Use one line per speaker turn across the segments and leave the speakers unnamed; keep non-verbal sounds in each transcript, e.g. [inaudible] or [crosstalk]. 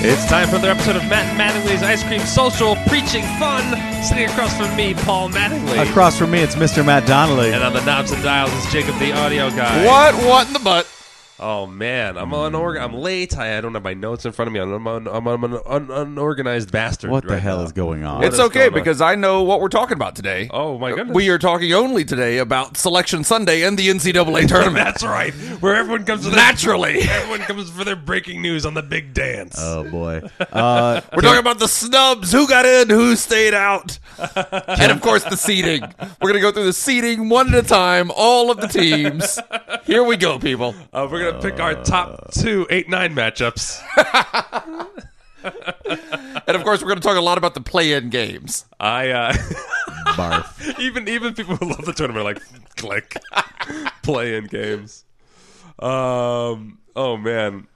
It's time for another episode of Matt Mattingly's Ice Cream Social Preaching Fun. Sitting across from me, Paul Mattingly.
Across from me, it's Mr. Matt Donnelly.
and on the knobs and dials is Jacob, the audio guy.
What? What in the butt?
Oh man, I'm unorg- I'm late. I, I don't have my notes in front of me. I'm, un- I'm, un- an unorganized bastard.
What the
right [laughs]
hell
now.
is going on?
What
It's
is
okay
going on?
because I know what we're talking about today.
Oh my goodness.
We are talking only today about Selection Sunday and the
[laughs]
NCAA tournament.
That's right. Where everyone comes for their-
Naturally.
Everyone comes for their breaking news on the big dance.
oh boy.
[laughs]
Uh,
We're talking about the snubs, who got in, who stayed out, and of course the seating. We're gonna go through the seating one at a time, all of the teams. Here we go, people.
Uh, we're gonna pick our top two eight nine
[laughs]
matchups.
And of course, we're gonna talk a lot about the play-in games.
I uh, [laughs]
barf.
even even people who love the tournament are like click [laughs] play in games. Um. Oh man.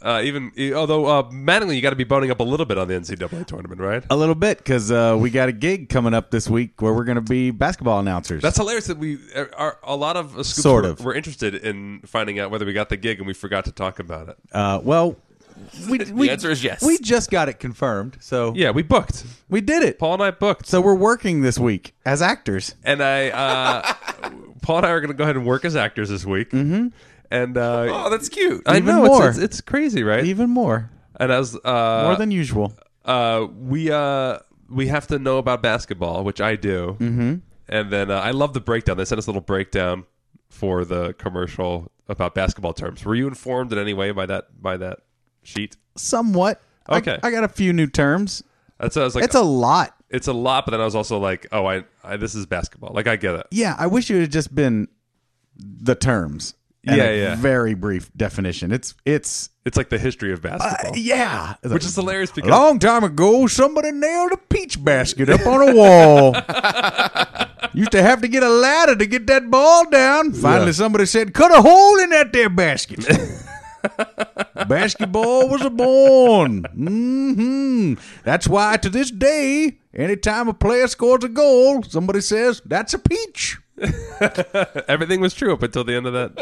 Uh, even e- although uh, Mattingly, you got to be boning up a little bit on the NCAA tournament, right?
A little bit because uh, we got a gig coming up this week where we're going to be basketball announcers.
That's hilarious that we are, are a lot of us
Sort of.
were interested in finding out whether we got the gig and we forgot to talk about it.
uh, well,
[laughs]
we, we,
answer is yes.
We just got it confirmed, so
yeah, we booked.
we did it.
Paul and I booked.
So we're working this week as actors.
and I,
[laughs]
uh, Paul and I are going to go ahead and work as actors this week. Mm-hmm. And uh,
Oh, that's cute.
I
Even
know it's-
more.
It's, it's crazy, right?
Even more,
and as uh,
more than usual.
uh, we uh, we have to know about basketball, which I do. Mm-hmm. And then uh, I love the breakdown. They sent us a little breakdown for the commercial about basketball terms. Were you informed in any way by that by that sheet?
Somewhat. I-
Okay.
I, got a few new terms.
That's I was like,
It's a lot.
it's a lot. But then I was also like, oh, I, I this is basketball. Like I get it.
Yeah, I wish it had just been the terms. and
Yeah,
a
yeah.
Very brief definition. It's it's
It's like the history of basketball.
Yeah,
Uh, Which is hilarious because-
a long time ago, somebody nailed a peach basket up on a
[laughs]
wall. Used to have to get a ladder to get that ball down. Finally, somebody said, "Cut a hole in that
[laughs]
there basket." Basketball was born. hmm That's why to this day, anytime a player scores a goal, somebody says, "That's a peach."
Everything was true up until the end of that.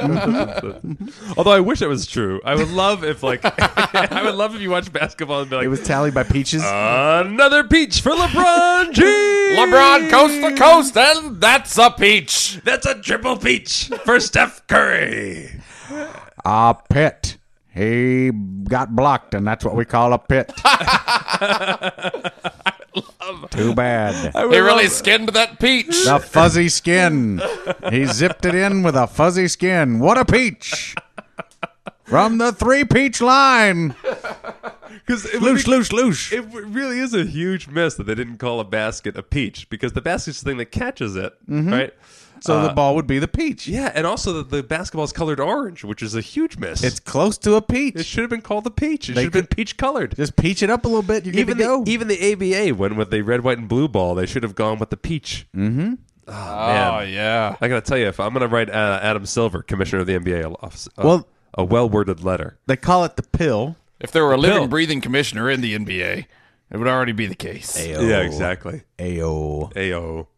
[laughs] Although I wish it was true. I would love if like [laughs] I would love if you watch basketball and be like
It was tallied by peaches.
Uh, another peach for [laughs] LeBron James.
LeBron coast to coast, and that's a peach.
That's a triple peach for Steph Curry.
A pit. He got blocked, and that's what we call a
[laughs]
pit. Too bad.
He really skinned that peach.
The fuzzy skin. He zipped it in with a fuzzy skin. What a peach! From the three peach line.
Because it, would
Loosh,
be-
loosh, loosh.
it w- really is a huge miss that they didn't call a basket a peach because the basket's the thing that catches it, right?
Mm-hmm.
Uh,
So the ball would be the peach.
Yeah, and also that the basketball's colored orange, which is a huge miss.
It's close to a
it
peach.
should have been called the peach. It should
They
have been
could-
peach colored.
Just peach it up a little bit. You're good
even
to go.
The, e- even the ABA went with the red, white, and blue ball. They should have gone with the peach. Mm-hmm. Oh,
Oh
man.
yeah.
I gotta tell you, if I'm gonna write uh, Adam Silver, commissioner of the NBA, a- a,
Well-
a well-worded letter.
They call it the pill.
If there were a
Bill.
living, breathing commissioner in the NBA, it would already be the case. [laughs]
Yeah, exactly.
Ayo.
Ao.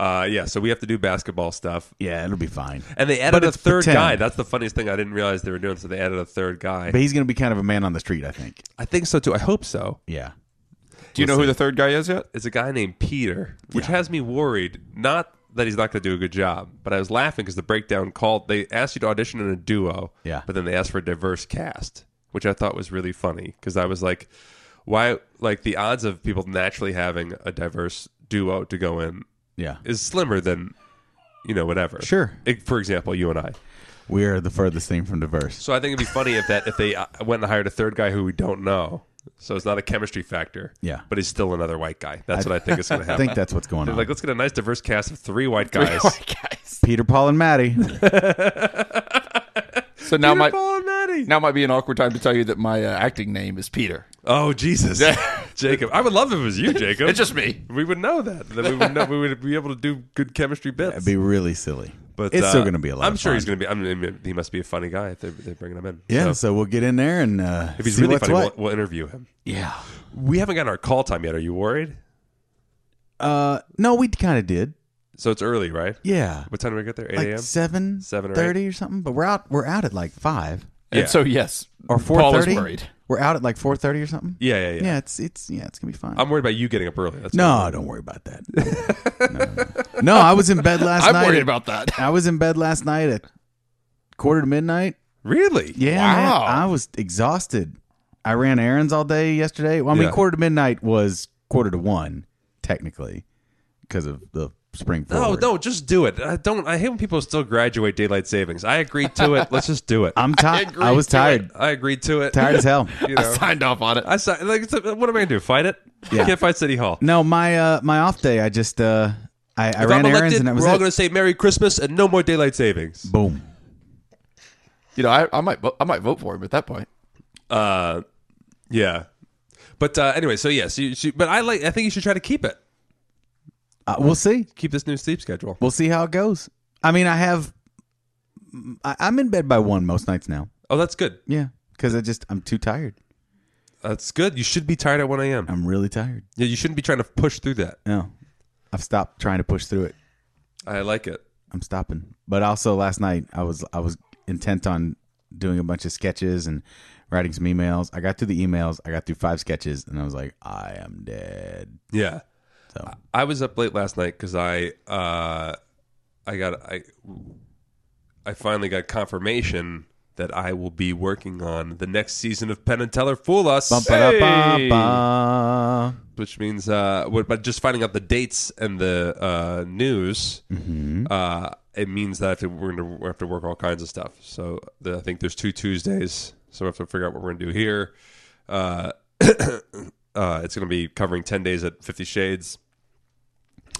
Uh, yeah, so we have to do basketball stuff,
Yeah, it'll be fine.
and they added a
it's
third
pretend.
guy. That's the funniest thing I didn't realize they were doing. So they added a third guy.
But he's going to be kind of a man on the street, I think.
I think so too. I hope so.
Yeah.
Do you know who the third guy is yet?
It's a guy named Peter, which has me worried. Not that he's not going to do a good job, but I was laughing because the breakdown called. They asked you to audition in a duo,
Yeah.
but then they asked for a diverse cast, which I thought was really funny because I was like, why? Like the odds of people naturally having a diverse duo to go in
Yeah.
is slimmer than you know whatever.
Sure.
Like, for example, you and I.
We are the furthest thing from diverse.
So I think it'd be funny if that if they uh, went and hired a third guy who we don't know. So it's not a chemistry factor.
Yeah.
But he's still another white guy. That's what I think
[laughs]
is going to
[laughs] I
happen.
think that's what's going
They're
on.
like, let's get a nice diverse cast of three
[laughs]
white guys.
Peter, Paul, and
[laughs]
Maddie.
So now my
Paul and Maddie.
now might be an awkward time to tell you that my uh, acting name is Peter.
Oh Jesus,
Yeah.
[laughs] Jacob! I would love if it
[laughs]
was you, Jacob.
It's just me.
we would know that. Then we would know. We would be able to do good chemistry bits.
That'd be really silly.
but
it's still
uh,
going to be a lot.
I'm
of
sure
fun.
he's going to be. I mean, he must be a funny guy if they're, they're bringing him in.
Yeah, so.
So,
we'll get in there and uh,
if he's
see
really
what's
funny, we'll,
what.
we'll interview him.
yeah.
We haven't gotten our call time yet. Are you worried?
Uh, no, we kind of did.
So it's early, right?
Yeah,
What time do we get there? 8
like
a.m.
seven,
Seven or
thirty or something. But we're out. We're out at like five
Yeah.
And so, yes,
or four
Paul is
thirty.
worried.
We're out at like four thirty or something.
yeah, yeah, yeah,
yeah. It's it's yeah, it's gonna be fine.
I'm worried about you getting up early. That's all.
no, don't worry about
[laughs]
that. no, no, no. No, I was in bed last
I'm
night.
worried about
[laughs]
that.
I was in bed last night at quarter to midnight.
really.
Yeah, man,
Wow.
I was exhausted. I ran errands all day yesterday. Well, I mean,
Yeah.
quarter to midnight was quarter to one, technically, because of the spring
No,
forward.
Oh, no, just do it. I don't. I hate when people still graduate daylight savings. I agreed to it. Let's just do it. [laughs]
I'm tired.
agree
I, was
to it.
tired,
I agreed to it.
tired as hell.
You know.
I signed off on it.
[laughs] I saw, like, it's- what am I gonna do? Fight it?
Yeah.
I can't fight City Hall.
No, my uh, my off day, I just uh, I, I
If
ran
I'm
errands
elected,
and that was
we're all
it.
gonna say Merry Christmas and no more daylight savings.
Boom.
You know, I, I might vo- I might vote for him at that point.
Uh, yeah. But uh, anyway, so yes, you, should- but I like. I think you should try to keep it.
Uh, we'll see.
Keep this new sleep schedule.
We'll see how it goes. I mean, I have. I, I'm in bed by one most nights now.
Oh, that's good.
Yeah, because I just I'm too tired.
That's good. You should be tired at 1 a.m.
I'm really tired.
Yeah, you shouldn't be trying to push through that.
No, I've stopped trying to push through it.
I like it.
I'm stopping. But also last night I was I was intent on doing a bunch of sketches and writing some emails. I got through the emails. I got through five sketches, and I was like, I am dead.
Yeah.
So
I was up late last night because I uh, I got I I finally got confirmation that I will be working on the next season of Penn and Teller Fool Us,
bum, ba, da, ba, ba.
which means uh, what- but just finding out the dates and the uh, news, uh, it means that I have to, we're going to have to work all kinds of stuff. So the, I think there's two Tuesdays, so we have to figure out what we're going to do here. Uh, [coughs] uh, it's going to be covering ten days at Fifty Shades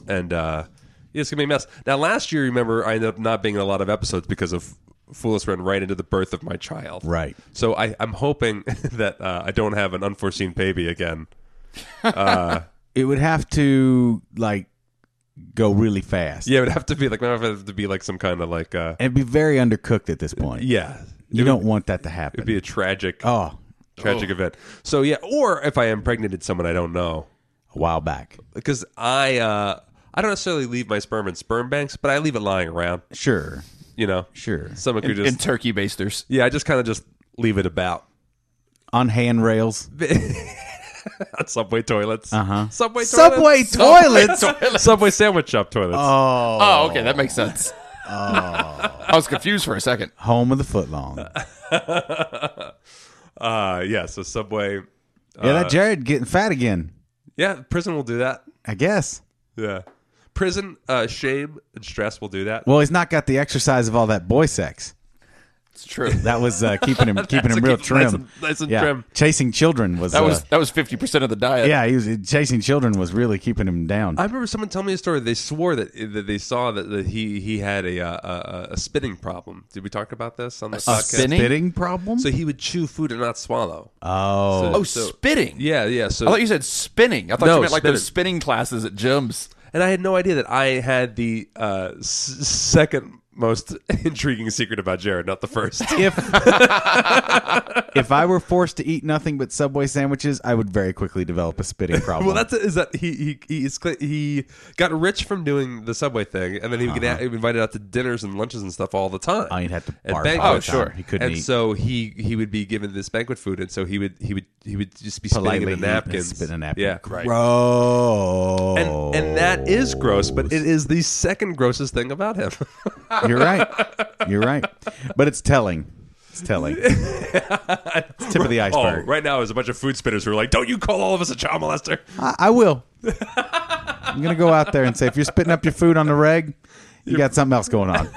and uh, yeah, it's gonna be a mess. Now, last year, remember, I ended up not being in a lot of episodes because of Foolish ran right into the birth of my child.
Right.
So I, I'm hoping [laughs] that uh, I don't have an unforeseen baby again.
It would have to like go really fast.
Yeah, it would have to be like, it would have to be like some kind of like, uh,
It'd be very undercooked at this point.
yeah,
You don't want that to happen.
it'd be a tragic,
oh,
tragic event. So yeah, or if I impregnated someone I don't know,
a while back.
because I, uh, I don't necessarily leave my sperm in sperm banks, but I leave it lying around.
Sure.
You know,
Sure.
Someone could
In,
just,
in turkey basters.
yeah, I just kind of just leave it about. [laughs]
On handrails.
subway toilets.
Uh-huh.
Subway toilets.
Subway [laughs]
[laughs]
[laughs]
toilets.
Subway sandwich shop toilets.
Oh,
Oh, okay, that makes sense. I was confused for a second.
home of the footlong.
Uh, yeah, so Subway.
Yeah,
Uh,
that Jared getting fat again.
Yeah, prison will do that.
I guess.
Yeah. Prison, uh, shame, and stress will do that.
Well, he's not got the exercise of all that boy sex.
It's true.
That was
[laughs]
uh, keeping him keeping him
what
real
keeps him
trim.
nice and- nice and
yeah.
trim.
Chasing children was.
That was
uh,
that was fifty percent of the diet.
yeah, he was chasing children was really keeping him down.
I remember someone telling me a story. They swore that, that they saw that, that he he had a, uh, a a spinning problem. Did we talk about this on the podcast?
spin- Spinning?
Spitting problem.
so he would chew food and not swallow.
oh,
Oh,
So-
spitting.
yeah, yeah. So
I thought you said spinning. I thought
No,
you meant like those
spinning.
spinning classes at gyms.
and I had no idea that I had the uh, s- second most [laughs] intriguing secret about Jared, not the first. [laughs]
if [laughs] if I were forced to eat nothing but Subway sandwiches, I would very quickly develop a spitting problem.
Well, that's it, is that he he he, is, cl- he got rich from doing the subway thing, and then he would get a- invited out to dinners and lunches and stuff all the time.
Uh-huh. Oh, he'd have to
And
barf
banquet-
all the Oh, time. sure. He couldn't
and
eat.
so he he would be given this banquet food, and so he would he would he would just be
Politely
spitting
eat
in
and
the napkins,
spit in a napkin.
Yeah,
bro.
And and that is gross, but it is the second grossest thing about him. [laughs]
You're right. You're right. But it's telling. It's telling. it's tip of the
oh,
iceberg.
right now is a bunch of food spitters who are like, "Don't you call all of us a child molester?"
I, I will. I'm gonna go out there and say if you're spitting up your food on the reg, you got something else going on.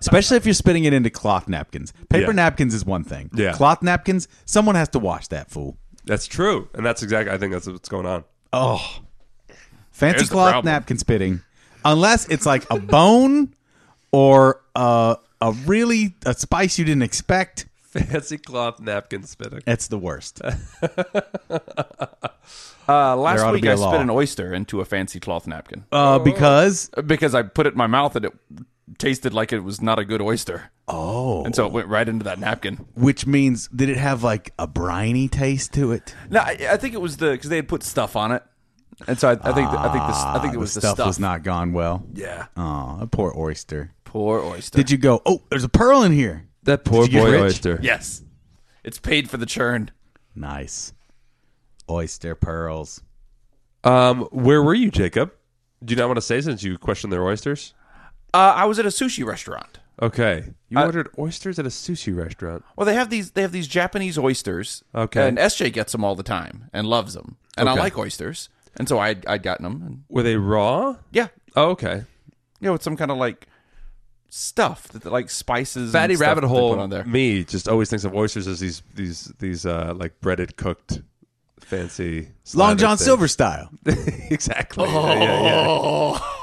Especially if you're spitting it into cloth napkins. Paper
Yeah.
napkins is one thing.
Yeah.
Cloth napkins, someone has to wash that fool.
That's true, and that's exactly. I think that's what's going on. [laughs]
Oh. Fancy
There's the
cloth
problem.
napkin spitting. Unless it's like a bone or a, a really a spice you didn't expect.
Fancy cloth napkin spinach.
It's the worst.
Uh, last
There ought to
week
be a
I
law.
spit an oyster into a fancy cloth napkin
Oh.
Uh, because
because I put it in my mouth and it tasted like it was not a good oyster. Oh, and so it went right into that napkin.
which means did it have like a briny taste to it?
No, I, I think it was the because they had put stuff on it, and so I, I think I think this I think
Ah,
it was
the
the
stuff, was not gone well.
Yeah,
Oh, a poor oyster.
poor oyster.
Did you go? Oh, there's a pearl in here.
That poor
Did you get
boy
rich?
oyster.
Yes, it's paid for the churn.
Nice oyster pearls.
Um, where were you, Jacob? Do you not want to say since you questioned their oysters?
Uh, I was at a sushi restaurant.
Okay, you ordered oysters at a sushi restaurant.
Well, they have these they have these Japanese oysters.
Okay.
and SJ gets them all the time and loves them, and I like oysters, and so I I'd gotten them. And
Were they raw?
yeah,
Oh, okay.
you know, it's some kind of like stuff that like spices.
Fatty
and stuff
rabbit
that they
hole.
put
[laughs]
on there. [laughs]
Me just always thinks of oysters as these these these uh like breaded cooked fancy
Long
slather
John
things. [laughs]
Silver style.
exactly. Yeah, yeah, yeah.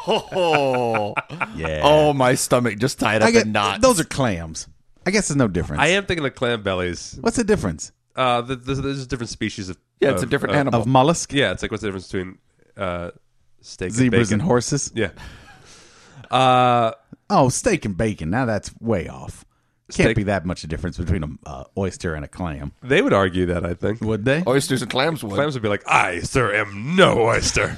Oh,
Yeah.
oh, my stomach just tied up
I get
in knots.
those are clams. I guess there's no difference.
I am thinking of clam bellies.
What's the difference
Uh, th th there's different species of
yeah, it's a
of- uh,
different
of-
animal.
of mollusk,
Yeah, it's like what's the difference between uh steak
zebras,
and bacon?
and horses?
Yeah. Uh,
Oh, steak and bacon. Now that's way off. Can't
Steak-
be that much a difference between an uh, oyster and a clam,
they would argue that I think
would they?
Oysters and clams would.
clams would be like, I sir am no
[laughs]
oyster.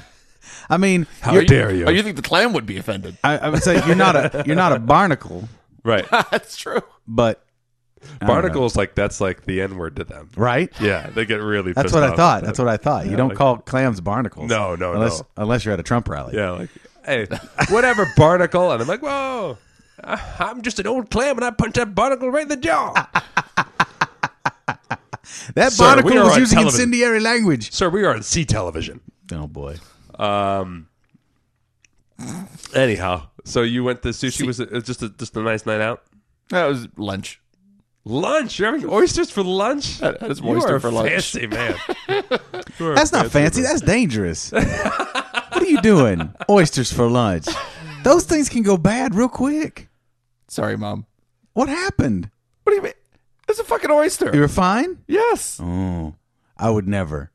I mean,
How
you're-
dare you?
Oh, you think the clam would be offended?
I, I would say you're not a you're not a barnacle,
[laughs] right.
That's true.
but I don't know.
Barnacles like that's like the n word to them.
right?
Yeah, they get really.
That's
pissed
what
off
I thought.
at
That's
that.
what I thought. You don't
like-
call clams barnacles.
No, no,
unless,
no.
Unless you're at a Trump rally.
Yeah, like hey,
[laughs]
whatever barnacle, and I'm like, whoa, I, I'm just an old clam, and I punch that barnacle right in the
[laughs]
jaw.
That
Sir,
barnacle
we are
was
on
using
television.
incendiary language.
Sir, we are on sea television.
Oh boy.
Anyhow, so you went to sushi was it, it was just a, just a nice night out.
That was lunch.
Lunch? You're having oysters for lunch?
that is
You
oyster
are a
for lunch.
Fancy
[laughs]
man.
That's not fancy. That's dangerous. [laughs] what are you doing? Oysters for lunch. Those things can go bad real quick.
Sorry, mom.
What happened?
What do you mean? It's a fucking oyster.
You were fine?
yes.
Oh, I would never.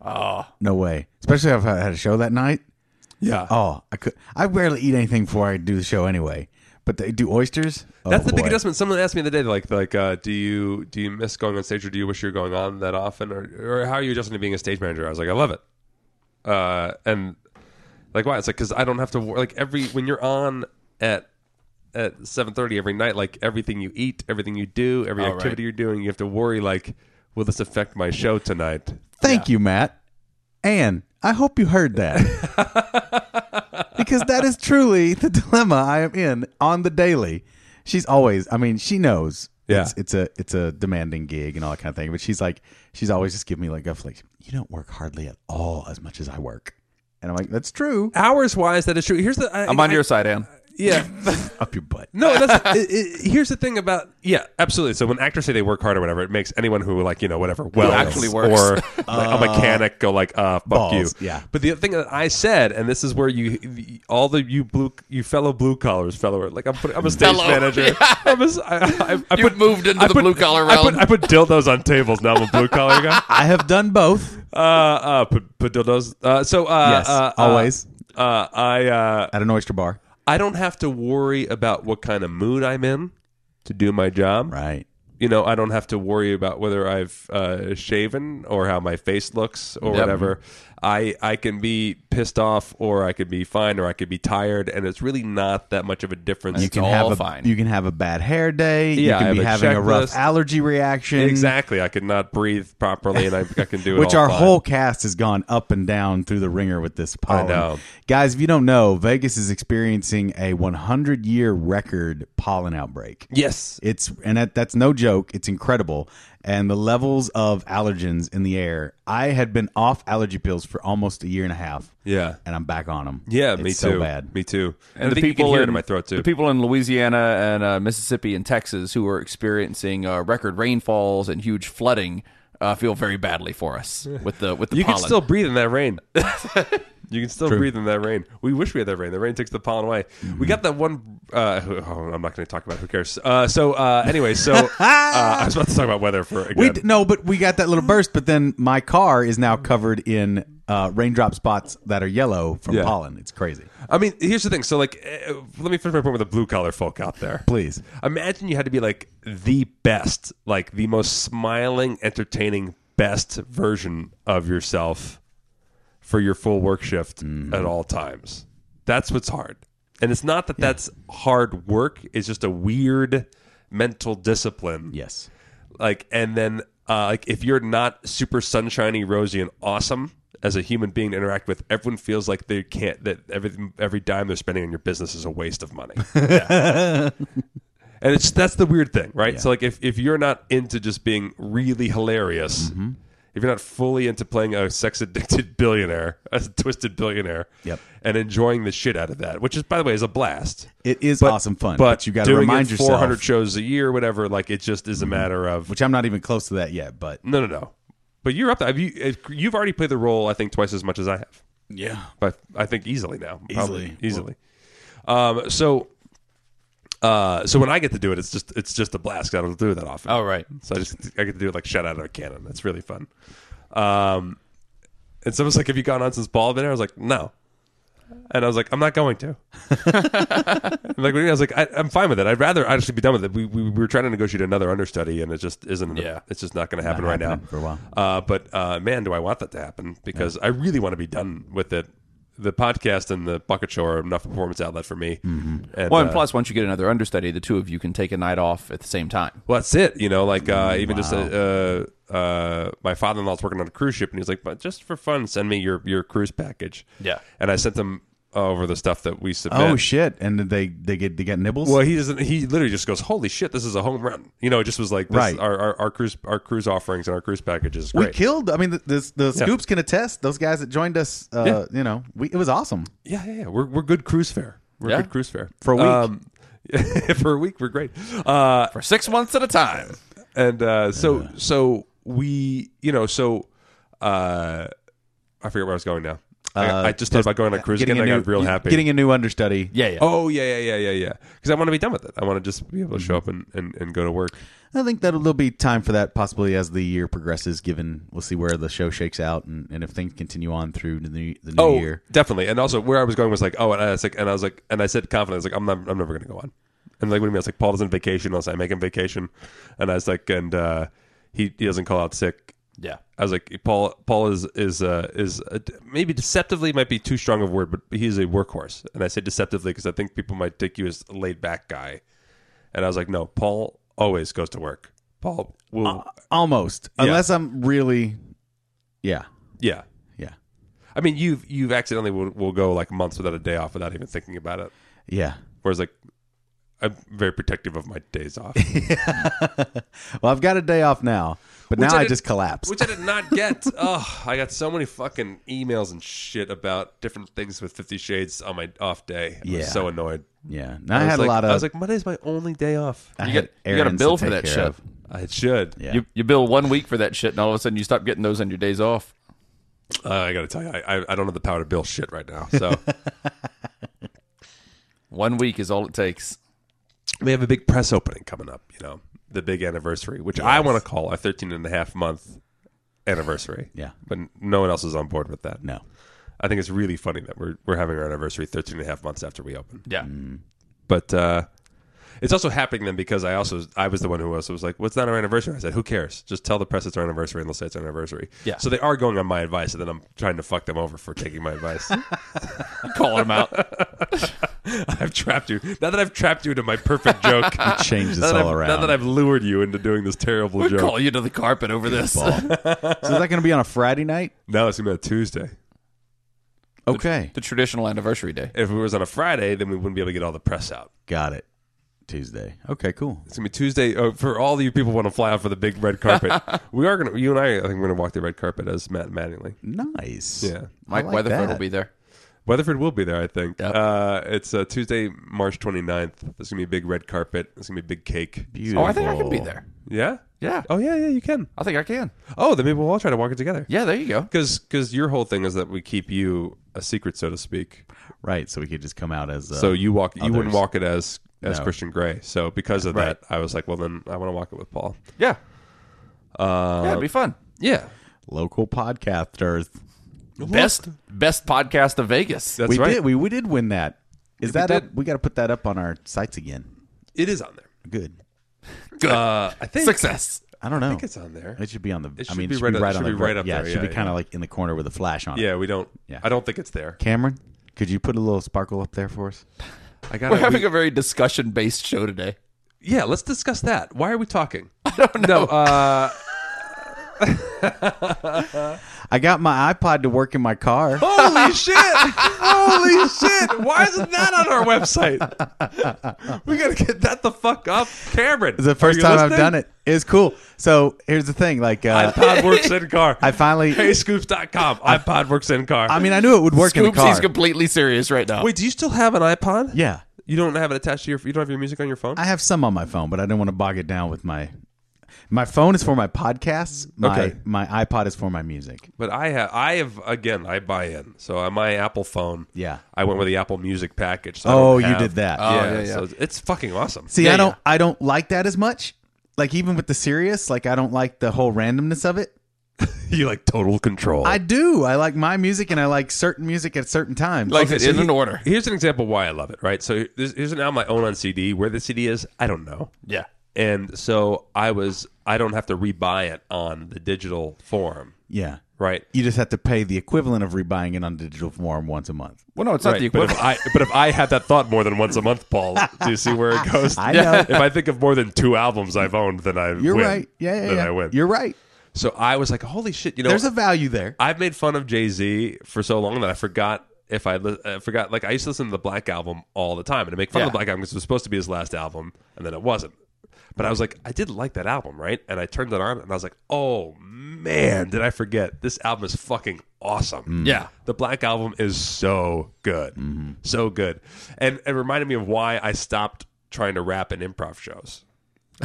Oh. No way. Especially if I had a show that night.
Ah. Yeah.
Oh, I could. I barely eat anything before I do the show anyway. But they do oysters. Oh,
That's the big
boy.
adjustment. Someone asked me the other day, like, like, uh, do you do you miss going on stage, or do you wish you were going on that often, or, or how are you adjusting to being a stage manager? I was like, I love it, uh, and like, why? It's like because I don't have to wor- like every when you're on at at seven thirty every night, like everything you eat, everything you do, every activity you're doing, you have to worry like, will this affect my show tonight?
Thank you, Matt. And I hope you
[laughs]
heard that. because that is truly the dilemma I am in on the daily. She's always, I mean, she knows.
Yeah.
It's, it's a it's a demanding gig and all that kind of thing, but she's like, she's always just giving me like a like, you don't work hardly at all as much as I work, and I'm like, that's true.
Hours wise, that is true. Here's the I,
I'm on your side, Ann.
yeah. [laughs]
Up your butt.
No, that's i i
[laughs]
here's the thing about yeah, absolutely. So when actors say they work hard or whatever, it makes anyone who like you know whatever well
actually works. Uh,
or like,
[laughs]
a mechanic go like uh fuck
Balls,
you
yeah.
But the other thing that I said, and this is where you the- all the you blue you fellow blue collars fellow like I'm, put, I'm a stage
Fellow,
manager. [laughs] I'm a, I, I, I
You
put,
moved into
I
the
put-
blue collar
I put,
realm.
I put dildos on tables. Now I'm a blue collar
[laughs]
guy.
I have done both.
Uh, uh put, put dildos. Uh, so uh,
Yes,
uh, uh,
always.
Uh, I uh,
at an oyster bar.
I don't have to worry about what kind of mood I'm in to do my job.
Right.
You know, I don't have to worry about whether I've uh, shaven or how my face looks or whatever. I I can be pissed off or I could be fine or I could be tired, and it's really not that much of a difference.
You can
[laughs]
all
have a
fine.
you can have a bad hair day.
Yeah, I
you
have
can be
a
having a rough
checklist.
allergy reaction.
exactly. I could not breathe properly, and I, I can do it.
[laughs] Which
all
our
fine.
whole cast has gone up and down through the ringer with this pollen.
know.
Guys, if you don't know, Vegas is experiencing a 100 year record pollen outbreak.
yes.
It's and that, that's no joke. It's incredible, and the levels of allergens in the air. I had been off allergy pills for almost a year and a half,
Yeah.
and I'm back on them.
Yeah,
it's
me too.
So bad.
Me too. And,
And
I
the
think you can
people
hear it
in
in my throat too.
The people in Louisiana and uh, Mississippi and Texas who are experiencing uh, record rainfalls and huge flooding uh, feel very badly for
[laughs]
us with the with the
You
pollen.
can still breathe in that rain. you can still breathe in that rain. We wish we had that rain. The rain takes the pollen away. We got that one Uh, who- oh, I'm not going to talk about it. Who cares? Uh, so uh, anyway, so uh, I was about to talk about weather for again.
We d- no, but we got that little burst. But then my car is now covered in uh, raindrop spots that are yellow from
Yeah.
pollen. It's crazy.
I mean, here's the thing. So, like, eh, let me finish my point with the blue collar folk out there.
Please.
Imagine you had to be like the best, like the most smiling, entertaining, best version of yourself for your full work shift at all times. That's what's hard. And it's not that that's hard work, it's just a weird mental discipline
Yes.
like and then uh, like if you're not super sunshiny rosy and awesome as a human being to interact with everyone feels like they can't that every every dime they're spending on your business is a waste
[laughs]
of money and it's that's the weird thing right so like if, if you're not into just being really hilarious
Mm-hmm.
if you're not fully into playing a sex addicted [laughs] billionaire a twisted billionaire
Yep.
and enjoying the shit out of that which is by the way is a blast
It is awesome fun, but, you got to
doing
remind
it
yourself. Mm-hmm.
400 shows a year whatever like it just is a matter of
which I'm not even close to that yet, but
no, no, no. But you're up. There. Have you? if- You've already played the role. I think twice as much as I have.
yeah,
But I think easily now. Probably.
Easily.
Easily. Um. So. Uh. So when I get to do it, it's just it's just a blast. 'cause I don't do it that often.
Oh, right.
So I just I get to do it like shut out of a cannon. That's really fun. Um. And someone's like, "Have you gone on since ball been here?" I was like, "No." And I was like, "I'm not going
[laughs]
to." And, like I was like, I, I'm fine with it. I'd rather actually be done with it. We, we, we were trying to negotiate another understudy, and it just isn't.
Yeah.
it's just not going to happen right now
happening for a while.
Uh, but uh, man, do I want that to happen because I really want to be done with it. The podcast and the bucket show are enough performance outlet for me.
Mm-hmm.
And,
Well, and
uh,
plus, once you get another understudy, the two of you can take a night off at the same time.
well, that's it. You know, like uh, even just uh, uh, my father in law's working on a cruise ship, and he's like, "But just for fun, send me your your cruise package."
Yeah.
and I sent them over the stuff that we submit.
oh shit, and did they they get they get nibbles.
Well, he doesn't. He literally just goes, "Holy shit, this is a home run!" You know, it just was like, this,
Right.
Our, our our cruise our cruise offerings and our cruise packages. is
we
Great.
killed. I mean, the, the, the scoops can attest. Those guys that joined us, uh,
Yeah.
you know, we, it was awesome.
yeah, yeah, yeah. We're we're good cruise fare. We're
Yeah.
good cruise fare Um,
For a week.
[laughs] for a week, we're great. Uh,
For six months at a time.
and uh, so so we, you know, so uh, I forget where I was going now. I, I just thought about going on a cruise again.
a
and I
new,
got real happy.
Uh, Getting a new understudy.
Yeah, yeah.
Oh yeah, yeah, yeah, yeah, yeah. Because I want to be done with it. I want to just be able to
Mm-hmm.
show up and, and, and go to work.
I think that'll there'll be time for that possibly as the year progresses. Given we'll see where the show shakes out and, and if things continue on through the new the new
Oh,
year.
definitely. And also, where I was going was like, oh, and I was like, and I was like, and I said confidently, I was like, I'm not, I'm never going to go on. And like, what do you mean? I was like, Paul doesn't vacation unless I make him vacation. And I was like, and uh, he he doesn't call out sick.
Yeah.
I was like, Paul Paul is is uh, is uh, maybe deceptively might be too strong of a word, but he's a workhorse. And I say deceptively because I think people might take you as a laid back guy. And I was like, no, Paul always goes to work. Paul will,
Ah.
Almost, unless I'm really, yeah,
yeah.
yeah,
I mean, you've you've accidentally will, will go like months without a day off without even thinking about it.
yeah.
Whereas, like, I'm very protective of my days off,
Well, I've got a day off now, but now
I
I,
did-
just collapse.
which I did not get. oh, I got so many fucking emails and shit about different things with Fifty Shades on my off day. I
Yeah.
was so annoyed.
yeah, now I,
was
had
like,
a lot of.
I was like, Monday's my only day off.
I
You
had
got- you got a
errands
bill
to
for
take
that
care
shit.
of.
I should.
Yeah.
You, you bill one week for that shit, and all of a sudden you stop getting those on your days off.
Uh, I got to tell you, I, I I don't have the power to bill shit right now.
[laughs]
So
One week is all it takes.
we have a big press opening coming up. You know, the big anniversary, which I want to call our 13 and a half month anniversary.
Yeah.
but no one else is on board with that.
No,
I think it's really funny that we're we're having our anniversary 13 and a half months after we opened.
Yeah.
Mm.
but uh, it's also happening then because I also I was the one who also was like, "What's not our anniversary?" I said, "Who cares? Just tell the press it's our anniversary, and they'll say it's our anniversary."
Yeah.
So they are going on my advice, and then I'm trying to fuck them over for taking
[laughs]
my advice.
Calling them out.
I've trapped you. Now that I've trapped you into my perfect joke,
[laughs]
now,
change this
that
all
I've,
around.
now that I've lured you into doing this terrible
We'll
joke,
call you to the carpet over this. [laughs] the
so is that going to be on a Friday night?
now it's gonna be a Tuesday.
Okay,
traditional anniversary day.
If it was on a Friday, then we wouldn't be able to get all the press out.
got it. Tuesday. Okay, cool.
It's gonna be Tuesday. Oh, for all you people who want to fly out for the big red
[laughs]
carpet, we are gonna. You and I, I think we're gonna walk the red carpet as Matt Mattingly.
Nice.
Yeah.
Mike
like that.
Weatherford will be there.
Weatherford will be there, I think.
Yep.
Uh, it's uh, Tuesday, March 29th. There's going to be a big red carpet. There's going to be a big cake.
Beautiful.
Oh, I think I can be there.
Yeah?
Yeah.
Oh, yeah, yeah, you can.
I think I can.
Oh, then maybe we'll all try to walk it together.
Yeah, there you go.
Because your whole thing is that we keep you a secret, so to speak.
Right, so we could just come out as uh,
so you walk, you
others.
wouldn't walk it as as
No.
Christian Grey. So because of that, I was like, well, then I want to walk it with Paul.
Yeah. yeah, it'd be fun.
Yeah,
local podcasters. Uh,
Best best podcast of Vegas.
that's
we
right.
did we, we did win that. Is that
we
up?
did.
We got to put that up on our sites again.
It is on there.
Good.
Uh, I think
[laughs]
Success.
I don't
I
know.
think it's on there.
It should be on the.
It
I
should
mean,
be
it should
right
be
up-
right
it
on
should
the
be right
ver-
up
yeah,
there,
it should be
yeah,
kind of like in the corner with a flash on it.
Yeah, we don't.
Yeah.
I don't think it's there.
Cameron, could you put a little sparkle up there for us?
I got.
We're having a very discussion based show today.
Yeah, let's discuss that. Why are we
[laughs]
talking? I don't know. uh,
I got my iPod to work in
[laughs]
my car.
holy shit! Holy shit! Why isn't that on our
[laughs]
website? We gotta get that the fuck up, Cameron.
It's the first time I've done it. It's cool. So here's the thing. Like, uh,
iPod works in car.
[laughs]
[laughs]
I finally.
HeyScoops.com. iPod works in car.
I mean, I knew it would work in the
Scoops,
car.
he's completely serious right now.
Wait, do you still have an iPod?
yeah,
You don't have it attached to your. You don't have your music on your phone.
I have some on my phone, but I didn't want to bog it down with my. My phone is for my podcasts. My
Okay.
my iPod is for my music.
but I have. I have again. I buy in. So on my Apple phone.
Yeah.
I went with the Apple Music package. So I
Oh,
don't
you
have- uh,
did that.
Oh,
yeah,
yeah, yeah.
So it's- it's fucking
[laughs]
awesome.
See,
Yeah,
I don't
yeah.
I don't like that as much. Like even with the serious, like I don't like the whole randomness of it.
you like total control.
I do. I like my music and I like certain music at certain times.
like
Okay,
it's
so
in
he-
an order.
Here's an example why I love it. Right, so this here's an album I own on CD. Where the CD is, I don't know.
Yeah.
And so I was. I don't have to rebuy it on the digital form.
yeah.
Right.
You just have to pay the equivalent of rebuying it on digital form once a month.
Well, no, it's not the
Right, but
[laughs]
equivalent.
if I but if I had that thought more than once a month, Paul, do you see where
[laughs]
it goes?
I know.
If I think of more than two albums I've owned, then I
You're
win.
right. Yeah, yeah,
then
yeah.
I win.
You're right.
so I was like, holy shit! You know,
There's a value there.
I've made fun of Jay Z for so long that I forgot if I, li- I forgot. Like I used to listen to the Black album all the time, and I make fun of the Black album because it was supposed to be his last album, and then it wasn't. But I was like, I did like that album, right? And I turned it on, and I was like, oh man, did I forget this album is fucking awesome?
Yeah.
the Black album is so good,
Mm-hmm.
so good, and it reminded me of why I stopped trying to rap in improv shows.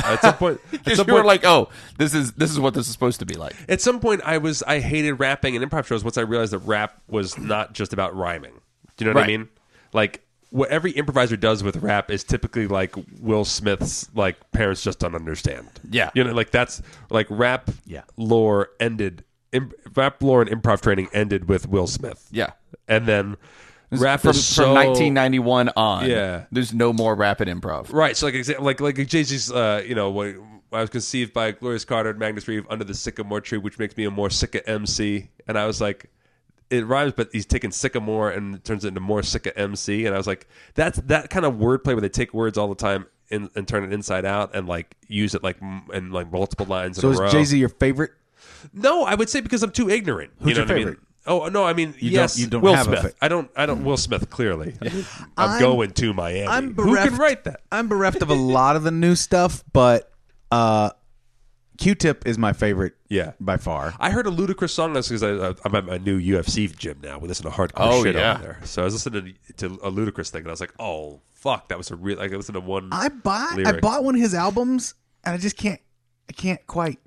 At some
[laughs]
point, at
Because
some
you were
point,
like, oh, this is this is what this is supposed to be like.
at some point, I was I hated rapping and improv shows. Once I realized that rap was not just about rhyming. Do you know what I
Right.
mean? Like what every improviser does with rap is typically like Will Smith's like parents just don't understand.
Yeah.
you know, like that's like rap
Yeah.
lore ended. Im- rap lore and improv training ended with Will Smith.
Yeah.
and then rap
from,
is so-
from 1991 on.
Yeah.
There's no more rapid improv.
Right. So like exa- like like Jay Z's uh, you know, what I was conceived by Glorious Carter and Magnus Reeve under the sycamore tree, which makes me a more sicka MC. And I was like it rhymes, but he's taking sycamore and turns it into more sicka MC. And I was like, that's that kind of wordplay where they take words all the time and, and turn it inside out and like use it like m- and like multiple lines
So
in a row.
is Jay Z your favorite?
No, I would say because I'm too ignorant.
Who's
you
your
know what
favorite?
I mean? Oh no, I mean
You
yes,
don't- you don't
Will
have a
Smith.
fa- Hmm.
I don't. I don't. Will Smith clearly. [laughs] I'm,
I'm-
going to Miami. Who can write that?
I'm bereft of a lot of the new stuff, but uh Q-Tip is my favorite.
Yeah.
by far.
I heard a ludicrous song because I, I, I'm at my new UFC gym now. We listen to hardcore
Oh,
shit
yeah.
over there. So I was listening to, to a ludicrous thing, and I was like, "Oh fuck, that was a real." Like, I listened to one.
I bought I
lyric.
bought one of his albums, and I just can't I can't quite.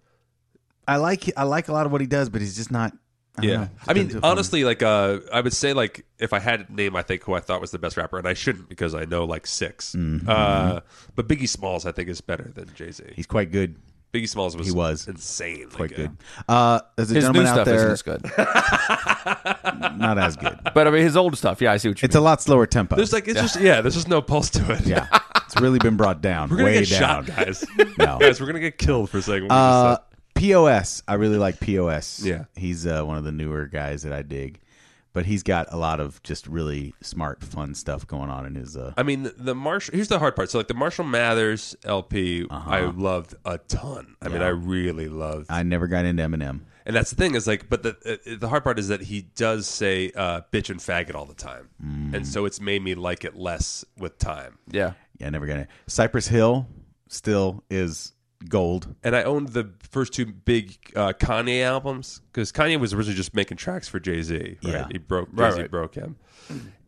I like I like a lot of what he does, but he's just not. I
yeah, I mean, honestly, like, uh, I would say, like, if I had to name, I think who I thought was the best rapper, and I shouldn't because I know like 6 Uh, but Biggie Smalls, I think, is better than Jay Z.
he's quite good.
Biggie Smalls was
He was.
insane, like,
Quite
uh,
good. Uh, there's a
His
gentleman
new
out
stuff
there,
isn't as good.
[laughs] not as good.
[laughs]
But I mean, his old stuff. Yeah, I see what you
It's a lot slower tempo.
There's like it's just yeah, there's just no pulse to it.
yeah, it's really been brought down.
[laughs] we're gonna
way
get
down.
shot, guys.
[laughs] No.
[laughs] guys, we're gonna get killed for saying. What we just
Uh,
said.
Pos, I really like Pos.
Yeah.
he's uh, one of the newer guys that I dig, but he's got a lot of just really smart, fun stuff going on in his. Uh,
I mean, the Marshall. Here's the hard part. So, like the Marshall Mathers LP, I loved a ton. I mean, I really loved.
Uh-huh. I never got into Eminem.
and that's the thing is like, but the uh, the hard part is that he does say uh, "bitch" and "faggot" all the time,
Mm.
and so it's made me like it less with time.
mean. Yeah.
Yeah, never got it. Cypress Hill still is gold.
And I owned the first two big uh, Kanye albums because Kanye was originally just making tracks for Jay Z. Right?
Yeah.
He broke Jay Z broke him,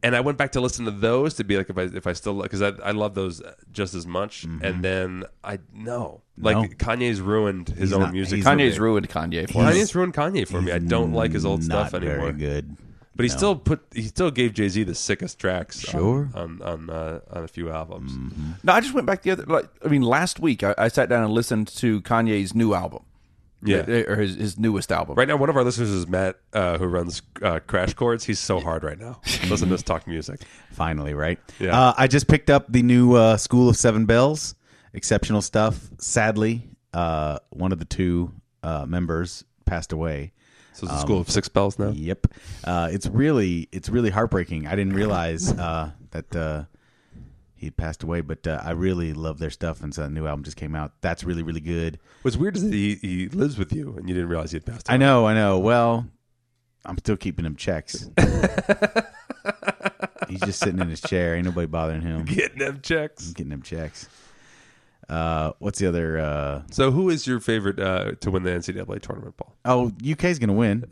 and I went back to listen to those to be like if I if I still because I I love those uh, just as much. And then I no like
Mm-hmm. No.
Kanye's ruined his own
not-
music.
he's
for
Kanye's
me.
ruined Kanye for
Kanye's ruined Kanye for me. I don't like his old
Not
stuff anymore.
very good.
But he still put he still gave Jay Z the sickest tracks.
Sure.
On on on, uh, on a few albums.
Mm-hmm.
No, I just went back the other. Like, I mean, last week I, I sat down and listened to Kanye's new album. Uh,
Yeah.
or or his, his newest album.
Right now, one of our listeners is Matt, uh, who runs uh, Crash Chords. He's so hard right
[laughs]
now. Listen to us talk music.
Finally, right?
Yeah.
Uh, I just picked up the new uh, School of Seven Bells. Exceptional stuff. Sadly, uh, one of the two uh, members passed away.
So it's
Um,
a school of six bells now.
Yep. Uh, it's really it's really heartbreaking. I didn't realize uh, that uh, he had passed away, but uh, I really love their stuff, and so the new album just came out. That's really really good.
What's weird is that he, he lives with you, and you didn't realize he had passed.
I know, I know. Well, I'm still keeping him checks. He's just sitting in his chair. Ain't nobody bothering
[laughs]
him.
Getting them checks.
Getting him checks. Uh, what's the other? Uh,
So, who is your favorite uh, to win the NCAA tournament, Paul? [laughs]
oh, UK's gonna win.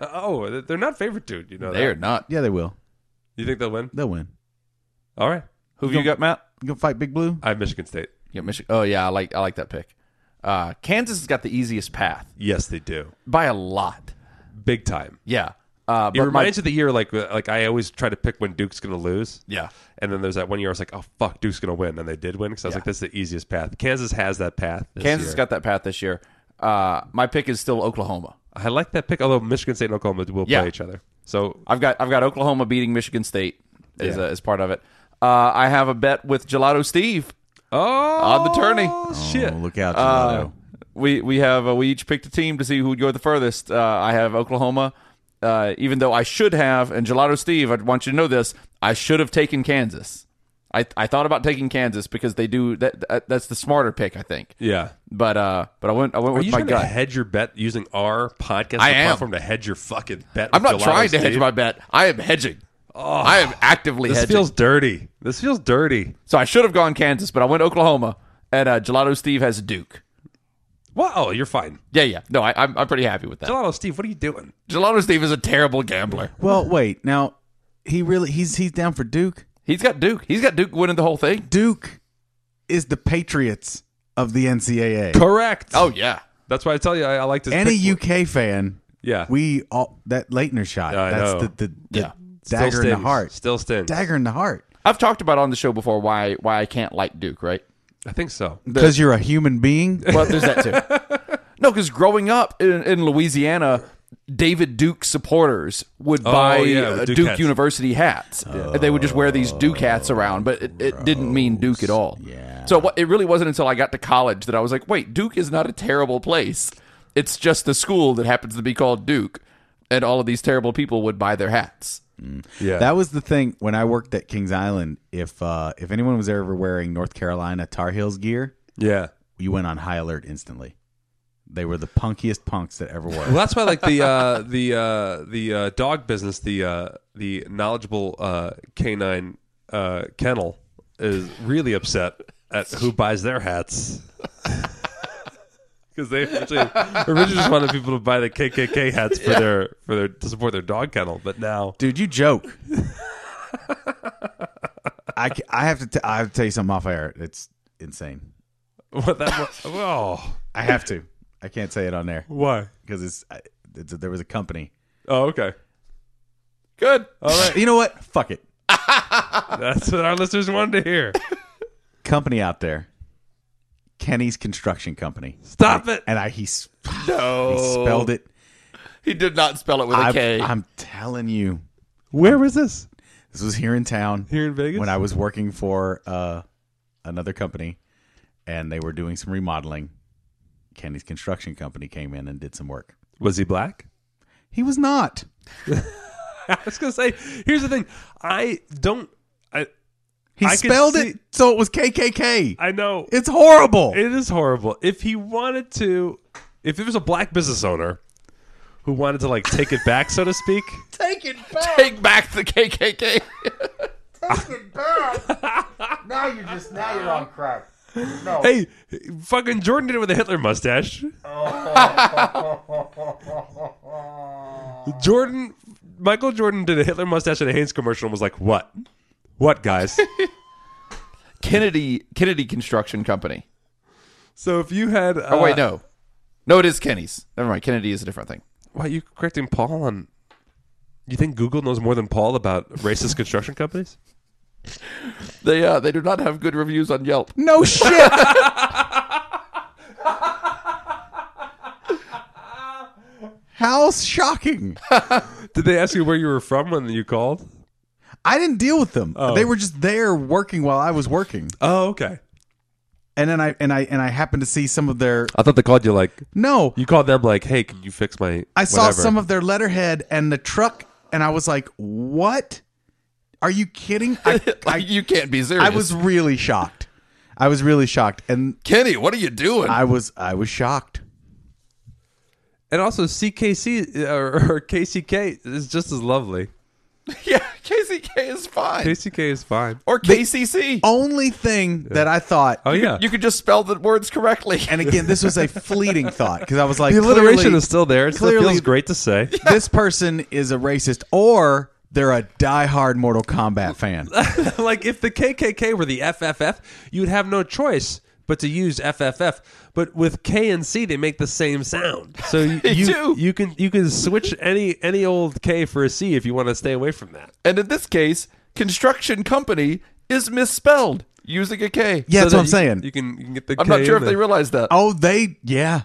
Oh, they're not favorite, dude. You know
They are
that.
not.
Yeah, they will.
You think they'll win?
They'll win.
All right.
Who have you got, Matt?
You gonna fight Big Blue?
I have Michigan State.
You got Michigan. Oh yeah, I like I like that pick. Uh, Kansas has got the easiest path
Yes, they do.
by a lot.
Big time.
Yeah. Uh,
It
but my,
reminds me of the year like uh, like I always try to pick when Duke's going to lose.
yeah.
And then there's that one year I was like, oh fuck, Duke's going to win, and they did win because I was
Yeah.
like, that's the easiest path. Kansas has that path. This
Kansas
year.
got that path this year. Uh, my pick is still Oklahoma.
I like that pick. Although Michigan State and Oklahoma will
Yeah.
play each other, so
I've got I've got Oklahoma beating Michigan State as,
Yeah.
uh, as part of it. Uh, I have a bet with Gelato Steve.
oh
On the tourney.
shit.
Oh, look out, Gelato.
We we have uh, we each picked a team to see who would go the furthest. Uh, I have Oklahoma, uh, even though I should have. And Gelato Steve, I want you to know this: I should have taken Kansas. I, I thought about taking Kansas because they do that, that. That's the smarter pick, I think.
Yeah.
But uh, but I went I went
Are
with
you
my
trying to
gut.
hedge your bet using our podcast
I
the
am.
platform to hedge your fucking bet?
I'm
with
not
Gelato
trying to hedge
Steve? Oh.
my bet. I am hedging. I am actively
This
hedging.
feels dirty. This feels dirty.
so I should have gone Kansas, but I went Oklahoma, and uh, Gelato Steve has Duke.
Wow, oh, you're fine.
Yeah, yeah. No, I, I'm I'm pretty happy with that.
Gelato Steve, what are you doing?
Gelato Steve is a terrible gambler.
Well, wait. Now he really he's he's down for Duke.
He's got Duke. He's got Duke winning the whole thing.
Duke is the Patriots of the NCAA.
Correct.
Oh yeah.
that's why I tell you I, I like this. pick.
Any UK fan,
Yeah.
we all that Leitner shot.
I
that's
know.
the the, the
Yeah.
Still
dagger in the
stings.
heart.
Still stings.
Dagger in the heart.
I've talked about on the show before why why I can't like Duke, right?
I think so.
Because you're a
[laughs]
human being.
Well, there's that too. [laughs] No, because growing up in, in Louisiana, David Duke supporters would buy
yeah,
uh,
with Duke
Duke, Oh.
hats.
University hats, and they would just wear these Duke hats around. But it, it didn't mean Duke at all. Yeah. So what- it really wasn't until I got to college that I was like, wait, Duke is not a terrible place. It's just the school that happens to be called Duke, and all of these terrible people would buy their hats.
Yeah.
That was the thing when I worked at Kings Island. If uh, if anyone was ever wearing North Carolina Tar Heels gear,
yeah.
you went on high alert instantly. They were the punkiest punks that ever were.
Well, that's why like the uh, the uh, the uh, dog business, the uh, the knowledgeable uh, canine uh, kennel is really upset at who buys their hats. [laughs] Because they originally, originally just wanted people to buy the KKK hats for their for their to support their dog kennel, but now [laughs]
Dude, you joke. I, ca- I have to t- I have to tell you something off air. It's insane.
what that oh
I have to. I can't say it on there
why
because it's, I- it's there was a company.
oh okay
Good.
You know what? Fuck it.
that's what our listeners wanted to hear.
Company out there. Kenny's Construction Company.
Stop it.
And I [sighs] he, s- he spelled it.
He did not spell it with a
I'm-
K.
I'm telling you.
Where was this?
This was here in town.
Here in Vegas?
When I was working for uh, another company and they were doing some remodeling. Kenny's construction company came in and did some work.
Was he black?
He was not.
[laughs] I was gonna say. Here's the thing. I don't. I
He
I could
spelled
see-
it so it was KKK.
I know
it's horrible.
it is horrible. If he wanted to, if there was a black business owner who wanted to like take it back, so to speak,
Take it
[laughs]
back.
Take back the KKK.
Take it back. now you're just now you're on crack. No.
hey, fucking Jordan did it with a Hitler mustache. Jordan, Michael Jordan did a Hitler mustache in a Haynes commercial and was like, "What? What, guys?"
Kennedy Kennedy Construction Company.
so if you had, uh,
Oh wait, no, no, it is Kenny's. Never mind. Kennedy is a different thing.
why are you correcting Paul on? You think Google knows more than Paul about racist construction companies?
They uh, they do not have good reviews on Yelp.
[laughs]
No shit. How shocking.
Did they ask you where you were from when you called?
I didn't deal with them. They were just there working while I was working.
Oh, okay.
And then I and I and I happened to see some of their
I thought they called you like
No,
you called them like, hey, can you fix my?
I saw
whatever?"
some of their letterhead and the truck and I was like, "What? Are you kidding?"
[laughs]
I I,
[laughs] Like you can't be serious.
I was really shocked. I was really shocked and
Kenny. What are you doing?
I was I was shocked.
and also CKC uh, or, or KCK is just as lovely.
[laughs] yeah, KCK is fine.
KCK is fine.
or KCC.
Only thing that I thought
Oh yeah,
You could just spell the words correctly.
and again,
[laughs]
this was a fleeting thought because I was like,
the alliteration
clearly,
is still [laughs] there. It still
clearly-
feels great to say.
this person is a racist or they're a diehard Mortal
[laughs]
Kombat fan.
like if the KKK were the FFF, you'd have no choice but to use FFF. But with K and C, they make the same
[laughs]
sound, so you you,
do.
you can you can switch any any old K for a C if you want to stay away from that.
and in this case, construction company is misspelled using a K.
Yeah, that's
So
what I'm
that you-
saying.
You can, you can get the.
I'm
K
not sure
in
if they
there.
realize that.
oh, they yeah.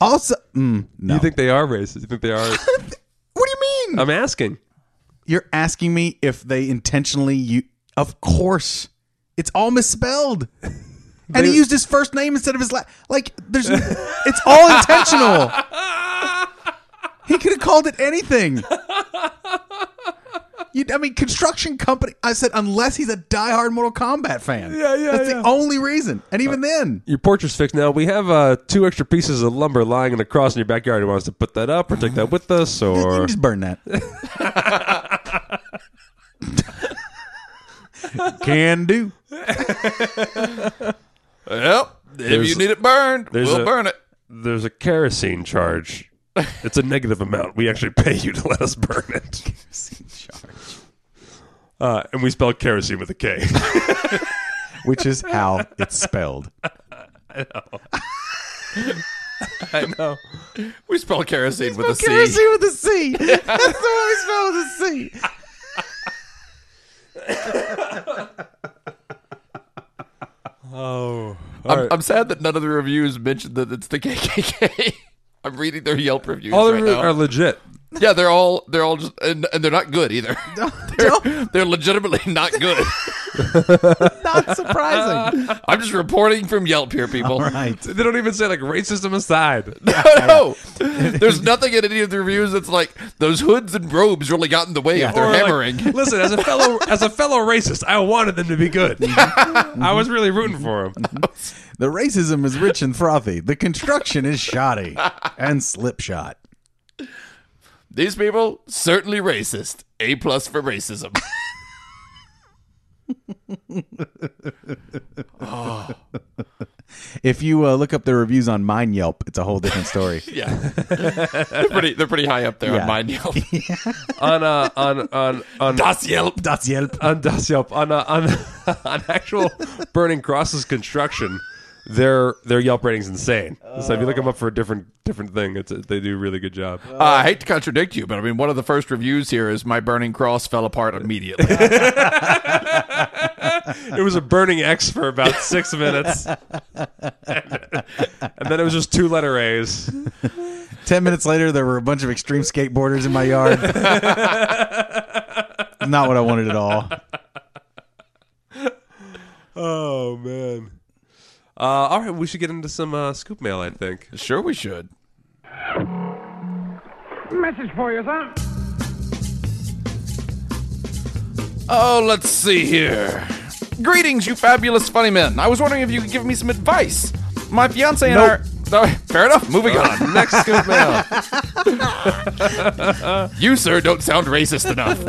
Also, mm, no.
You think they are racist? You think they
[laughs]
are?
what do you mean?
I'm asking.
You're asking me if they intentionally you? Of course, it's all
[laughs]
misspelled. and he used his first name instead of his last. Like there's, it's
[laughs]
all intentional. he could have called it anything. You, I mean, construction company. I said unless he's a diehard Mortal Kombat fan.
Yeah, yeah,
That's
yeah. Uh,
the only reason. And even then,
Your portrait's fixed now. We have uh, two extra pieces of lumber lying in a cross in your backyard. Who wants to put that up or take that with us?
[laughs] you
Or
can just
[laughs]
burn that.
Can
[laughs]
do.
Yep. If you
There's-
need it burned,
there's
we'll
a-
burn it.
there's a kerosene
[laughs]
charge. It's a negative amount. We actually pay you to let us burn it. kerosene charge. Uh, and we spell kerosene with a K.
Which is how it's spelled.
I know.
We spell kerosene with a C.
with a C. That's the one we spell with a C.
Oh.
I'm, I'm sad that none of the reviews mentioned that it's the KKK. [laughs] I'm reading their Yelp reviews
All
right
of them
now.
are legit.
[laughs] yeah, they're all they're all just and, and they're not
[laughs]
good either. [laughs] they're, they're legitimately not good.
Not surprising.
[laughs] I'm just reporting from Yelp here, people. [laughs]
right.
They don't even say, like, racism aside.
no, no. There's nothing in any of the reviews that's like those hoods and robes really got in the way of their
Or, like,
hammering.
[laughs] Listen, as a
[laughs]
fellow as a fellow racist, I wanted them to be good.
Mm-hmm.
I was really rooting for them.
The racism is rich and frothy. The construction is shoddy and slipshod.
These people certainly racist. A plus for racism.
If you uh, look up the reviews on Mine Yelp, it's a whole different story.
[laughs]
yeah, they're pretty. They're pretty high up there
Yeah.
on my Yelp.
on uh, on on
[laughs]
on
das Yelp.
That's Yelp.
on Das Yelp on uh, on [laughs] on actual burning crosses construction. Their their Yelp rating's insane. So if you look them up for a different different thing, it's they do a really good job.
Uh, I hate to contradict you, but I mean, one of the first reviews here is my burning cross fell apart immediately. [laughs]
It was a burning X for about six minutes, and, then it was just two letter A's.
Ten minutes later, there were a bunch of extreme skateboarders in my yard. Not what I wanted at all.
Oh man! Uh, all right, we should get into some uh, scoop mail. I think.
sure, we should.
Message for you, son.
Oh, let's see here. Greetings, you fabulous funny men. I was wondering if you could give me some advice. My fiance and I. All right, [laughs] fair enough. Moving on. Uh, Next scoop [laughs] mail. you, sir, don't sound racist enough.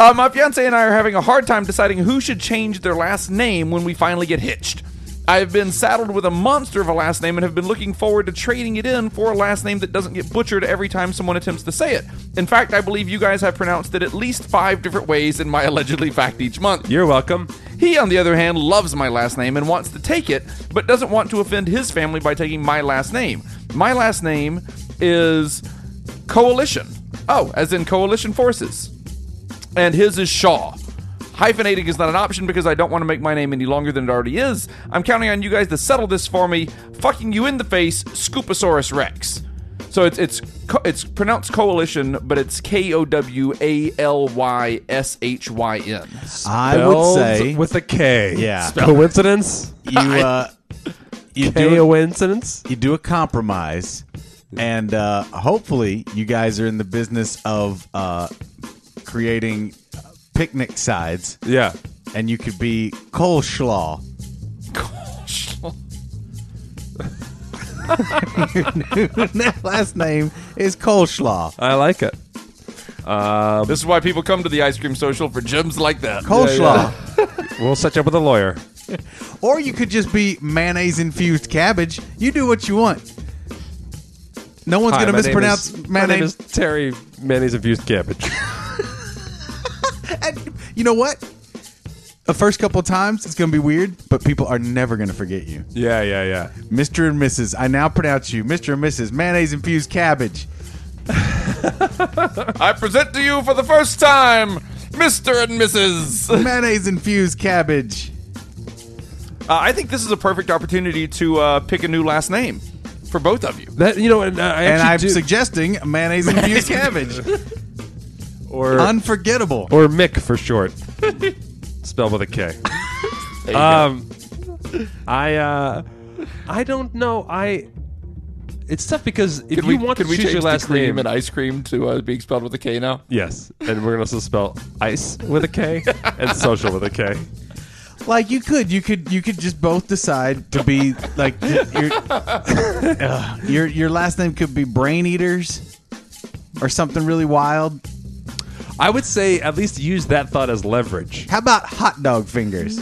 [laughs] uh, my fiance and I are having a hard time deciding who should change their last name when we finally get hitched. I have been saddled with a monster of a last name and have been looking forward to trading it in for a last name that doesn't get butchered every time someone attempts to say it. In fact, I believe you guys have pronounced it at least five different ways in my allegedly fact each month.
You're welcome.
He, on the other hand, loves my last name and wants to take it, but doesn't want to offend his family by taking my last name. My last name is Coalition. Oh, as in coalition forces. And his is Shaw. Hyphenating is not an option because I don't want to make my name any longer than it already is. I'm counting on you guys to settle this for me. Fucking you in the face, Scooposaurus Rex. So it's it's co- it's pronounced coalition, but it's K O W A L Y S H Y N.
I would
Spelled
say
with a K.
Yeah.
Coincidence?
you uh, you do a
Coincidence?
you do a compromise, and uh, hopefully you guys are in the business of uh, creating picnic sides,
Yeah.
and you could be coleslaw. [laughs] That last name is coleslaw.
I like it.
This is why people come to the ice cream social for gems like that.
Coleslaw,
We'll set you up with a lawyer.
or you could just be mayonnaise infused cabbage. You do what you want. No one's
Hi,
gonna
my name
mispronounce
is- My name
mayonnaise.
is Terry Manny's Infused
[laughs]
Cabbage.
And [laughs] you know what? The first couple of times it's gonna be weird, but people are never gonna forget you.
yeah, yeah, yeah.
Mr. and Mrs. I now pronounce you Mr. and Mrs. Mayonnaise infused cabbage.
I present to you for the first time, Mr. and Mrs. Uh,
Mayonnaise infused cabbage.
I think this is a perfect opportunity to uh, pick a new last name for both of you.
That you know, and uh, I
And I'm
actually do-
suggesting
[laughs]
mayonnaise infused cabbage.
or
Unforgettable.
or Mick for
[laughs]
short, spelled with a K.
There you
Um, I uh, I don't know. I it's tough because if
go. Can we,
you want
can
to
we
choose
change
your
the
last
cream
name,
and ice cream to uh, being spelled with a K now?
yes, and we're gonna also spell ice with a
[laughs]
K and social with a K.
Like you could, you could, you could just both decide to be like your [laughs] Ugh. your, your last name could be Brain Eaters or something really wild.
I would say at least use that thought as leverage.
How about hot
[laughs]
dog fingers?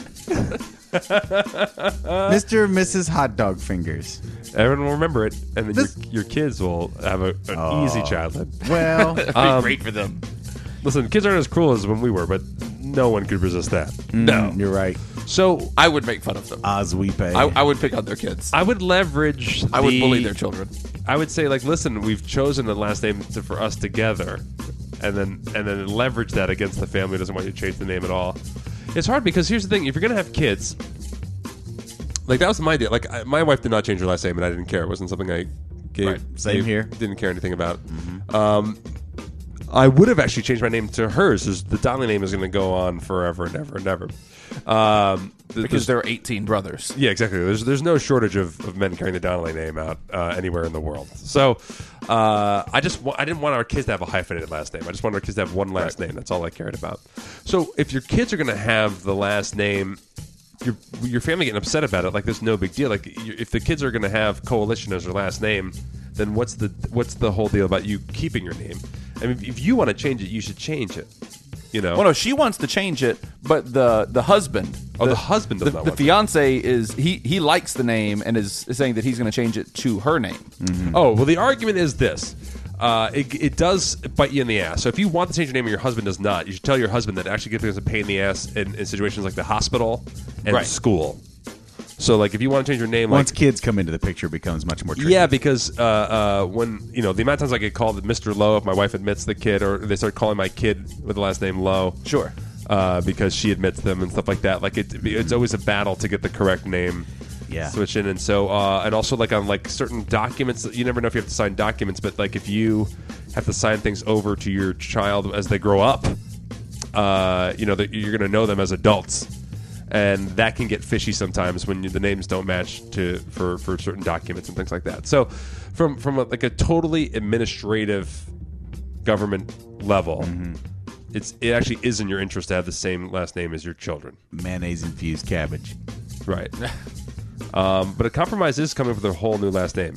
Mr. and Mrs. Hot Dog Fingers.
Everyone will remember it, and then
This-
your, your kids will have a, an easy childhood.
Well,
great for them.
Listen, kids aren't as cruel as when we were, but no one could resist that. Oh.
No,
you're right.
So
I would make fun of them.
Ozwepe.
I, I would pick on their kids.
I would leverage.
I would
the-
bully their children.
I would say like, listen, we've chosen the last name to, for us together, and then and then leverage that against the family who doesn't want you to change the name at all. It's hard because here's the thing: if you're gonna have kids, like that was my deal. Like I, my wife did not change her last name, and I didn't care. It wasn't something I gave.
Right. Same
gave-
here. Mm-hmm.
Didn't care anything about. Um, I would have actually changed my name to hers. Is the Donnelly name is going to go on forever and ever and ever. Um, th- there's-
Because there are 18 brothers.
yeah, exactly. There's there's no shortage of, of men carrying the Donnelly name out uh, anywhere in the world. So uh, I just wa- I didn't want our kids to have a hyphenated last name. I just wanted our kids to have one last name. That's all I cared about. So if your kids are going to have the last name, your your family getting upset about it like there's no big deal. Like you- if the kids are going to have coalition as their last name, then what's the what's the whole deal about you keeping your name? I mean, if you want to change it, you should change it. You know.
Well, no, she wants to change it, but the the husband,
Oh, the husband
the,
does not
the
want to.
fiance is he he likes the name and is saying that he's going to change it to her name.
Oh, well, the argument is this. Uh, it, it does bite you in the ass. So if you want to change your name and your husband does not, you should tell your husband that it actually gives him a pain in the ass in, in situations like the hospital and
Right.
school. So like if you want to change your name, like
Once kids come into the picture, it becomes much more tricky.
yeah, because uh, uh, when you know the amount of times I get called Mr. Lowe if my wife admits the kid, or they start calling my kid with the last name Lowe.
Sure.
Uh, because she admits them and stuff like that. Like it, it's always a battle to get the correct name.
Yeah.
Switch in and so uh, and also like on like certain documents, you never know if you have to sign documents, but like if you have to sign things over to your child as they grow up, uh, you know that you're going to know them as adults, and that can get fishy sometimes when you, the names don't match to for for certain documents and things like that. So, from from a, like a totally administrative government level, it's it actually is in your interest to have the same last name as your children,
Mayonnaise infused cabbage.
right? um, but a compromise is coming up with a whole new last name.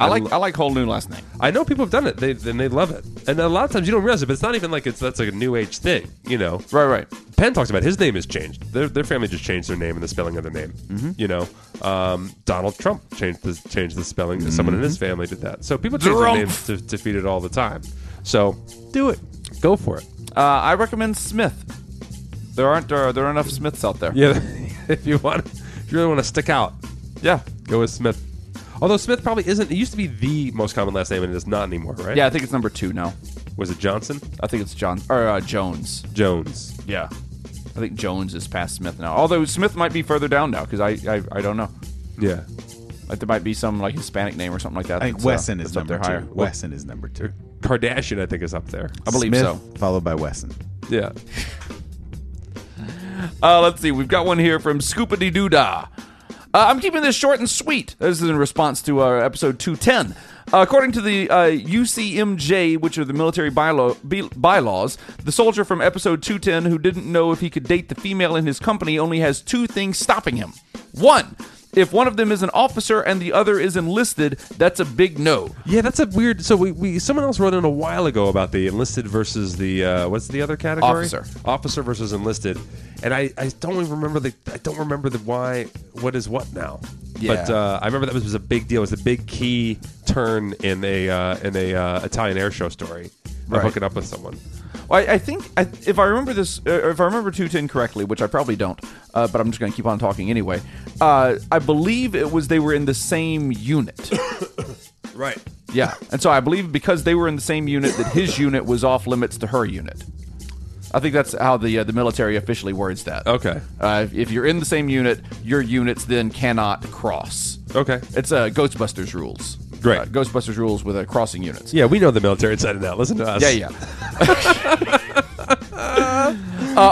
I like
lo-
I like whole new last name.
I know people have done it. They and they love it. And a lot of times you don't realize it, but it's not even like it's that's like a new age thing, you know.
Right, right.
Penn talks about his name has changed. Their, their family just changed their name and the spelling of their name. You know, um, Donald Trump changed the changed the spelling. Someone in his family did that. So people change their
Trump.
names to, to feed it all the time. So do it. Go for it.
Uh, I recommend Smith. There aren't there are, there are enough Smiths out there.
Yeah, [laughs] if you want, if you really want to stick out,
yeah,
go with Smith. Although Smith probably isn't. It used to be the most common last name, and it is not anymore, right?
Yeah, I think it's number two now.
Was it Johnson?
I think it's John or uh, Jones.
Jones.
Yeah, I think Jones is past Smith now. Although Smith might be further down now because I, I I don't know.
Yeah.
Like there might be some like Hispanic name or something like that.
I think
that's, uh,
Wesson is
that's up
number
there
two.
higher.
Wesson is number two.
Kardashian, I think, is up there.
I believe
Smith,
so.
followed by Wesson.
Yeah.
Uh, let's see. We've got one here from Scoopa Dee Doo Da. Uh, I'm keeping this short and sweet. This is in response to uh, episode 210. Uh, according to the uh, UCMJ, which are the military bylaw, be- bylaws, the soldier from episode 210 who didn't know if he could date the female in his company only has two things stopping him. One, if one of them is an officer and the other is enlisted, that's a big no.
Yeah, that's a weird. So we, we someone else wrote in a while ago about the enlisted versus the uh, what's the other category?
Officer.
Officer versus enlisted, and I, I don't even remember the I don't remember the why what is what now. But
Yeah.
uh, I remember that was, was a big deal. It was a big key turn in a uh, in a uh, Italian air show story. of
Right.
hooking up with someone.
Well, I, I think I, if I remember this, uh, if I remember two ten correctly, which I probably don't, uh, but I'm just going to keep on talking anyway. Uh, I believe it was they were in the same unit.
[laughs] Right.
yeah, and so I believe because they were in the same unit that his unit was off limits to her unit. I think that's how the uh, the military officially words that.
Okay.
Uh, if- if you're in the same unit, your units then cannot cross.
Okay.
It's uh, Ghostbusters rules.
Great.
Uh, Ghostbusters rules with uh, crossing units.
Yeah, we know the military inside and out. Listen to us.
Yeah, yeah. [laughs] uh,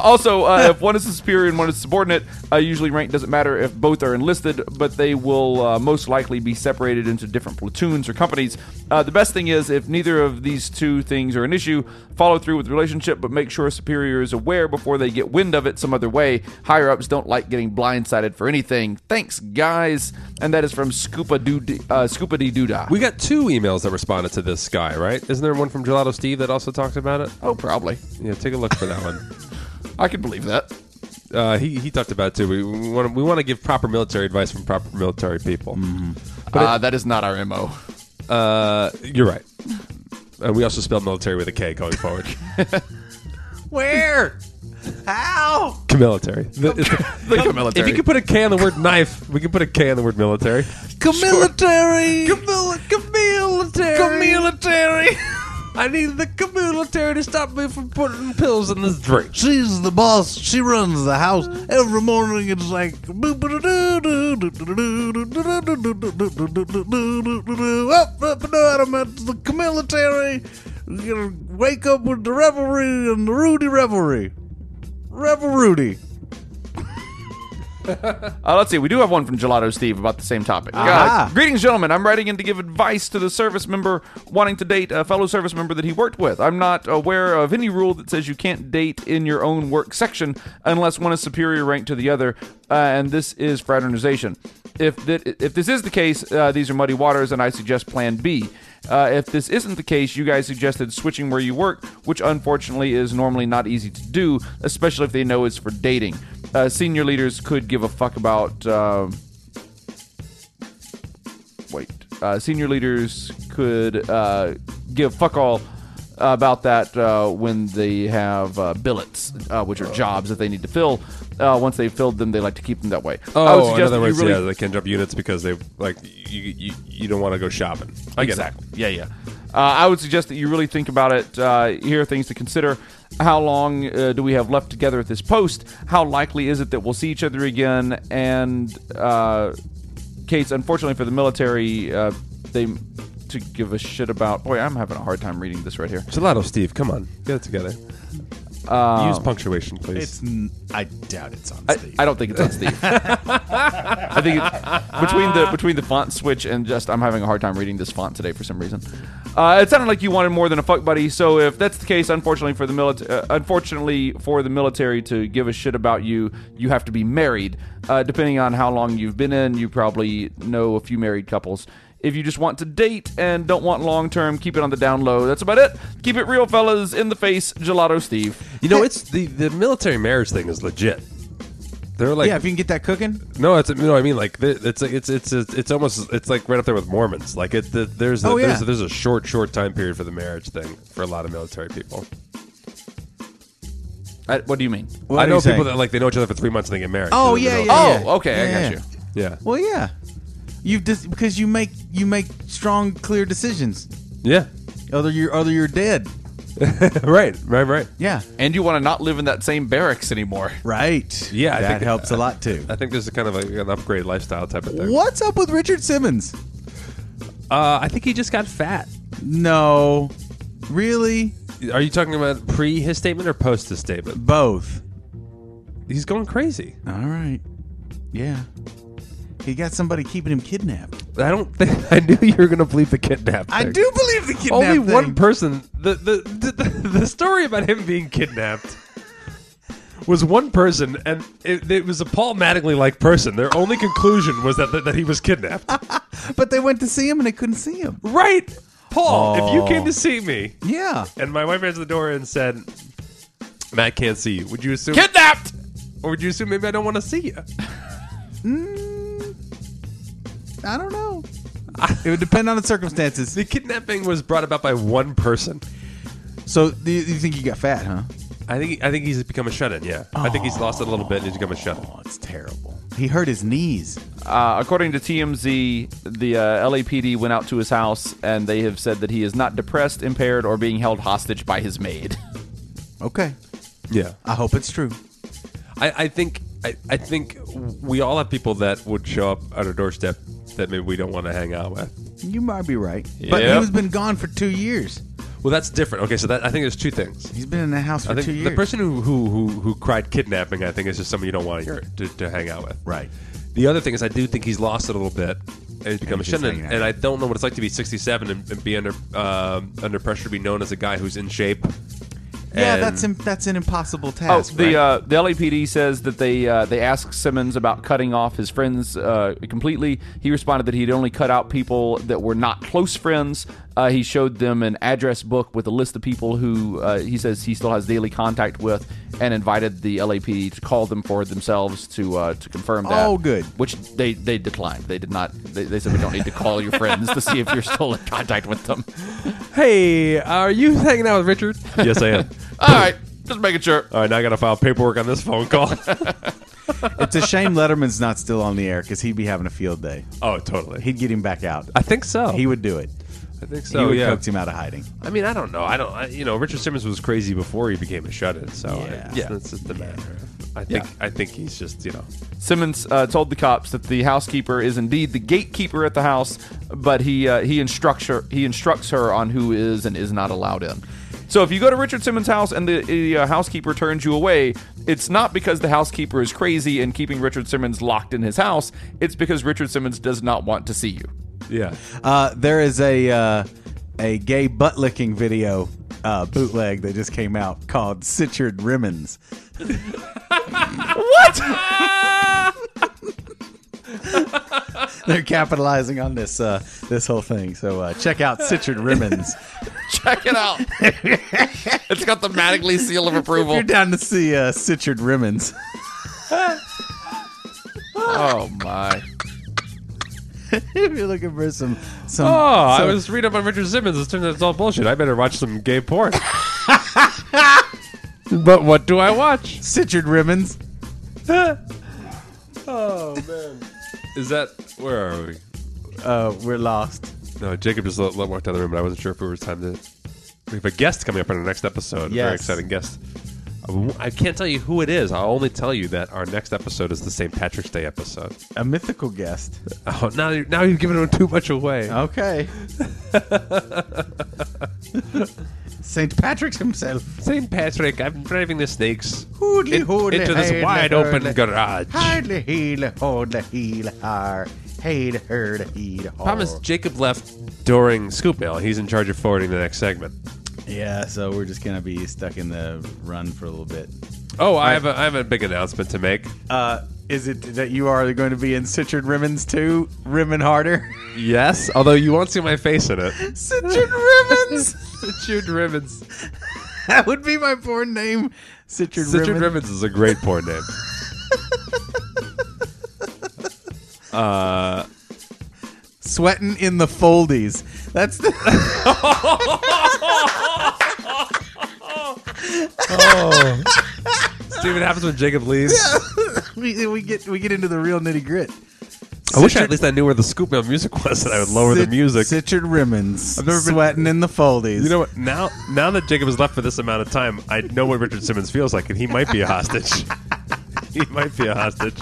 also, [laughs] uh, if one is a superior and one is subordinate, uh, usually rank doesn't matter if both are enlisted, but they will uh, most likely be separated into different platoons or companies. Uh, the best thing is if neither of these two things are an issue, follow through with the relationship, but make sure superior is aware before they get wind of it some other way. Higher ups don't like getting blindsided for anything. Thanks, guys. And that is from Scoopa Doo uh, Scoopa Dee Doodah.
We got two emails that responded to this guy, right? Isn't there one from Gelato Steve that also talked about it?
Oh, probably.
Yeah, take a look for that [laughs] one.
I can believe that.
Uh, he, he talked about it too. We, we want to, we want to give proper military advice from proper military people.
Uh, that is not our MO.
Uh, you're right. And we also spell military with a K going forward. [laughs]
Where? How?
military. The, [laughs] it's the- If you could put a K on the word knife, we could put a K on the word military.
Camilitary.
Military.
Camilitary.
I need the military to stop me from putting pills in this drink.
She's the boss. She runs the house. Every morning it's like. Up, up, and out. I'm at the military. You gotta wake up with the revelry and the Rudy revelry. Revel Rudy.
Uh, let's see. We do have one from Gelato Steve about the same topic.
Ah.
Uh, Greetings, gentlemen. I'm writing in to give advice to the service member wanting to date a fellow service member that he worked with. I'm not aware of any rule that says you can't date in your own work section unless one is superior rank to the other, uh, and this is fraternization. If that, if this is the case, uh, these are muddy waters, and I suggest Plan B. Uh, if this isn't the case, you guys suggested switching where you work, which unfortunately is normally not easy to do, especially if they know it's for dating. Uh, senior leaders could give a fuck about. um wait. Uh, senior leaders could uh, give fuck all about that uh, when they have uh, billets, uh, which are jobs that they need to fill. Uh, once they've filled them, they like to keep them that way. I would
Oh, in
suggest
other
that you
words,
really-
yeah, they can jump units because they like you. You, you don't want to go shopping. I get
exactly. Yeah, yeah. Uh, I would suggest that you really think about it. Uh, here are things to consider. How long uh, do we have left together at this post? How likely is it that we'll see each other again? And uh, Case, unfortunately for the military, uh, they to give a shit about. Boy, I'm having a hard time reading this right here.
it. Gelato Steve, come on, get it together. Use punctuation, please.
Um, It's. n- I doubt it's on
I,
Steve.
I don't think it's on Steve. I think it, between the between the font switch and just I'm having a hard time reading this font today for some reason. Uh, it sounded like you wanted more than a fuck buddy. So if that's the case, unfortunately for the military, uh, unfortunately for the military to give a shit about you, you have to be married. Uh, depending on how long you've been in, you probably know a few married couples. If you just want to date and don't want long term, keep it on the down low. That's about it. Keep it real, fellas. In the face, Gelato Steve.
You
[laughs]
know, it's the, the military marriage thing is legit. They're like,
yeah, if you can get that cooking,
no, it's you know, what I mean, like th- it's it's it's it's it's almost it's like right up there with Mormons. Like it, the, there's a,
Oh, yeah.
there's, there's a short short time period for the marriage thing for a lot of military people.
I, Uh, what do you mean?
What
I
are
know
you
people
saying?
that like they know each other for three months and they get married.
Oh
They're
yeah,
in the
yeah,
Oh,
yeah.
okay,
Yeah,
I got
yeah.
you.
middle.
Well, yeah. You've just because you make you make strong, clear decisions.
[laughs] yeah,
Other you're other you're dead.
yeah, right, right, right.
Yeah.
And you want to not live in that same barracks anymore.
Right.
Yeah, I
That
think-
helps a
[laughs]
lot too.
I think there's a kind of a, an upgrade lifestyle type of thing.
What's up with Richard Simmons?
Uh, I think he just got fat.
No. Really?
Are you talking about pre his statement or post his statement?
Both.
He's going crazy.
All right. Yeah. He got somebody keeping him kidnapped.
I don't [laughs] think I knew you were going to believe the kidnap.
I
thing.
do believe the kidnapped
Only
thing.
one person. The, the the the story about him being kidnapped was one person, and it, it was a Paul Mattingly like person. Their only conclusion was that that he was
[laughs]
kidnapped.
but they went to see him and they couldn't see him.
Right, Paul. If you came to see me,
Yeah.
and my wife answered the door and said, "Matt can't see you," would you assume?
Kidnapped!
or would you assume maybe I don't want to see you?
I don't know. it would depend on the circumstances.
The kidnapping was brought about by one person.
So do you, you think you got fat, huh?
I think I think he's become a shut-in. Yeah, I think he's lost it a little bit. and He's become a shut-in.
Oh, it's terrible. He hurt his knees.
Uh, according to TMZ, the uh, LAPD went out to his house and they have said that he is not depressed, impaired, or being held hostage by his maid. [laughs]
Okay.
Yeah.
I hope it's true.
I, I think I, I think we all have people that would show up at our doorstep that maybe we don't want to hang out with.
You might be right. But
Yep.
he's been gone for two years.
Well, that's different. Okay, so that, I think there's two things.
He's been in the house for
I think
two years.
the person who, who who who cried kidnapping, I think, is just someone you don't want to, to to hang out with.
Right.
The other thing is, I do think he's lost it a little bit. And he's become a
he's just
shin,
hanging out.
and I don't know what it's like to be 67 and, and be under um, under pressure to be known as a guy who's in shape.
yeah,
And-
that's, im- that's an impossible
Oh,
task. right?
the uh, the LAPD says that they uh, they asked Simmons about cutting off his friends uh, completely. He responded that he'd only cut out people that were not close friends. Uh, he showed them an address book with a list of people who uh, he says he still has daily contact with, and invited the LAPD to call them for themselves to uh, to confirm that.
Oh, good.
Which they they declined. They did not. They, they said we don't need to call your friends to see if you're still in contact with them.
Hey, are you [laughs] hanging out with Richard? yes, I am.
All right, just making sure.
[laughs] All right, now I got to file paperwork on this phone call. [laughs]
it's a shame Letterman's not still on the air because he'd be having a field day.
oh, totally.
He'd get him back out.
I think so.
He would do it.
I think
he
so.
would
Yeah.
coax him out of hiding.
I mean, I don't know. I don't. I, you know, Richard Simmons was crazy before he became a shut-in. So
Yeah.
I, yeah, that's just the matter. I think. I think he's just you know.
Simmons uh, told the cops that the housekeeper is indeed the gatekeeper at the house, but he uh, he instructs her he instructs her on who is and is not allowed in. So if you go to Richard Simmons' house and the, the uh, housekeeper turns you away, it's not because the housekeeper is crazy and keeping Richard Simmons locked in his house. It's because Richard Simmons does not want to see you.
Yeah.
Uh, there is a uh, a gay butt licking video uh, bootleg that just came out called Situred Rimmons. what? They're capitalizing on this uh, this whole thing. So uh, check out Situred [laughs] Rimmons.
[laughs] Check it out. it's got the Mattingly seal of approval.
You're down to see uh, Situred Rimmons.
Oh my.
[laughs] if you're looking for some some
Oh, I
some-
was reading up on Richard Simmons. It turns out it's all bullshit. I better watch some gay porn. but what do I watch?
Situred Rimmons.
Is that where are we?
Uh, we're lost.
No, Jacob just let, let walked down the room, and I wasn't sure if it was time to. We have a guest coming up on our next episode. A very
Yes.
exciting guest. I won't- I can't tell you who it is. I'll only tell you that our next episode is the St. Patrick's Day episode.
A mythical guest.
Oh, now, you- now you've given him too much away.
[laughs] Okay. St. Patrick's himself.
St. Patrick, I'm driving the snakes
Hoodly,
in-
hoodly,
into this
hail,
wide open
hurly.
garage.
Hardly heal, hodla heal, har. Hade, herd, heed, har.
Promise Jacob left during Scoop Mail. He's in charge of forwarding the next segment.
Yeah, so we're just going to be stuck in the run for a little bit.
Oh, I have, a, I have a big announcement to make.
Uh, is it that you are going to be in Citrard Rimmons too? Rimmin' harder? [laughs]
Yes, although you won't see my face in it.
[laughs] Citrard Rimmons!
Citrud Ribbons.
that would be my porn name. Citrard
Citrud
Rimmons.
Ribbons is a great porn [laughs] name.
Sweating in the foldies. That's the. [laughs]
See what happens when Jacob leaves?
we, we get we get into the real nitty grit.
I wish I, at least I knew where the Scoop Mail music was, and I would lower the
Sit-
music.
Sitchard Rimmons
never been-
sweating in the foldies.
You know what? Now, now that Jacob is left for this amount of time, I know what Richard Simmons feels like, and he might be a [laughs] hostage. he might be a hostage.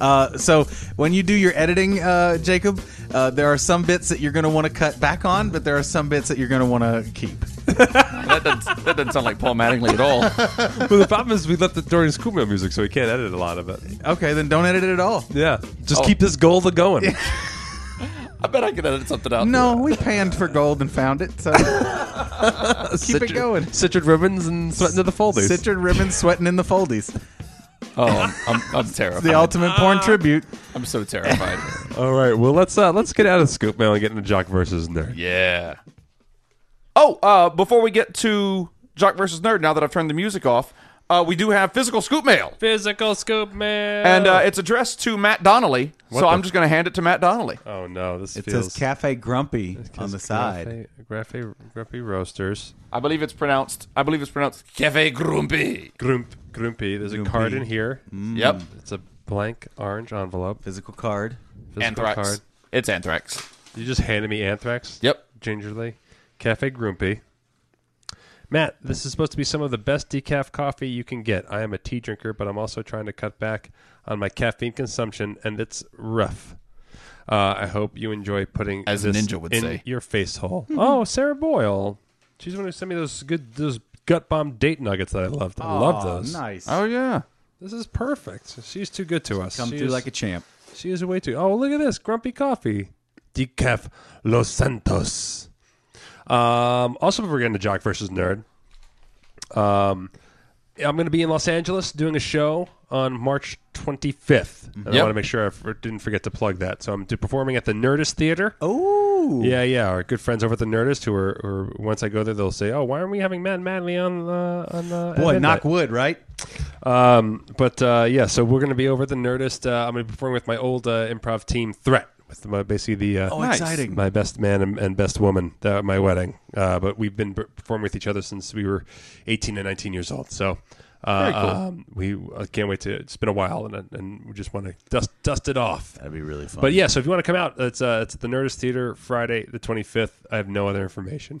Uh, so when you do your editing, uh, Jacob, uh, there are some bits that you're going to want to cut back on, but there are some bits that you're going to want to keep.
That doesn't, that doesn't sound like Paul Mattingly at all.
Well, the problem is we left it during Scoop Mail music, so we can't edit a lot of it.
Okay, then don't edit it at all.
Yeah, just keep this gold a going. [laughs]
I bet I could edit something out.
No, we panned for gold and found it. So keep it going.
Citrus ribbons and sweating to the foldies.
Sitchard Rimmons sweating in the foldies.
Oh, I'm,
[laughs]
I'm, I'm terrified.
The ultimate porn tribute. [laughs]
I'm so terrified.
All right, well let's uh, let's get out of Scoop Mail and get into Jock versus Nerd.
yeah. Oh, uh, before we get to Jock versus Nerd, now that I've turned the music off, uh, we do have physical scoop mail.
Physical Scoop Mail.
And uh, it's addressed to Matt Donnelly, so
the-
I'm just going to hand it to Matt Donnelly.
oh no, this
It
feels
says Cafe Grumpy on the side.
Graffy, graffy roasters.
I believe it's pronounced. I believe it's pronounced Cafe Grumpy.
Grump, grumpy. There's a card in here.
Mm.
Yep.
It's a blank orange envelope.
Physical card.
Physical
Anthrax.
card.
It's Anthrax.
You just handed me anthrax.
Yep.
Gingerly. Cafe Grumpy. Matt, this is supposed to be some of the best decaf coffee you can get. I am a tea drinker, but I'm also trying to cut back on my caffeine consumption, and it's rough. Uh, I hope you enjoy putting
As
this
Ninja would
in
say.
your face hole. oh, Sarah Boyle, she's the one who sent me those good those gut bomb date nuggets that I loved. I love those.
Nice.
Oh yeah.
This is perfect. She's too good to us.
Come
She
through
is-
like a champ.
she is way too. Oh, look at this grumpy coffee, decaf Los Santos. Um, also, we're getting to Jock versus Nerd. Um, I'm going to be in Los Angeles doing a show on March 25th, and I
Yep.
want to make sure I f- didn't forget to plug that. So I'm d- performing at the Nerdist Theater.
Ooh.
Yeah, yeah. Our good friends over at the Nerdist, who are, or once I go there, they'll say, "Oh, why aren't we having Matt Madley on uh, on uh, at
Boy,
midnight?"
knock wood, right?
Um, but uh, yeah, so we're going to be over at the Nerdist. Uh, I'm going to be performing with my old uh, improv team, Threat, with my, basically the uh,
Oh, exciting.
my best man and, and best woman uh, at my wedding. Uh, but we've been per- performing with each other since we were 18 and 19 years old. So. Uh, um, we I can't wait to. It's been a while, and and we just want to dust dust it off.
That'd be really fun.
But yeah, so if you want to come out, it's uh, it's at the Nerdist Theater Friday the 25th. I have no other information.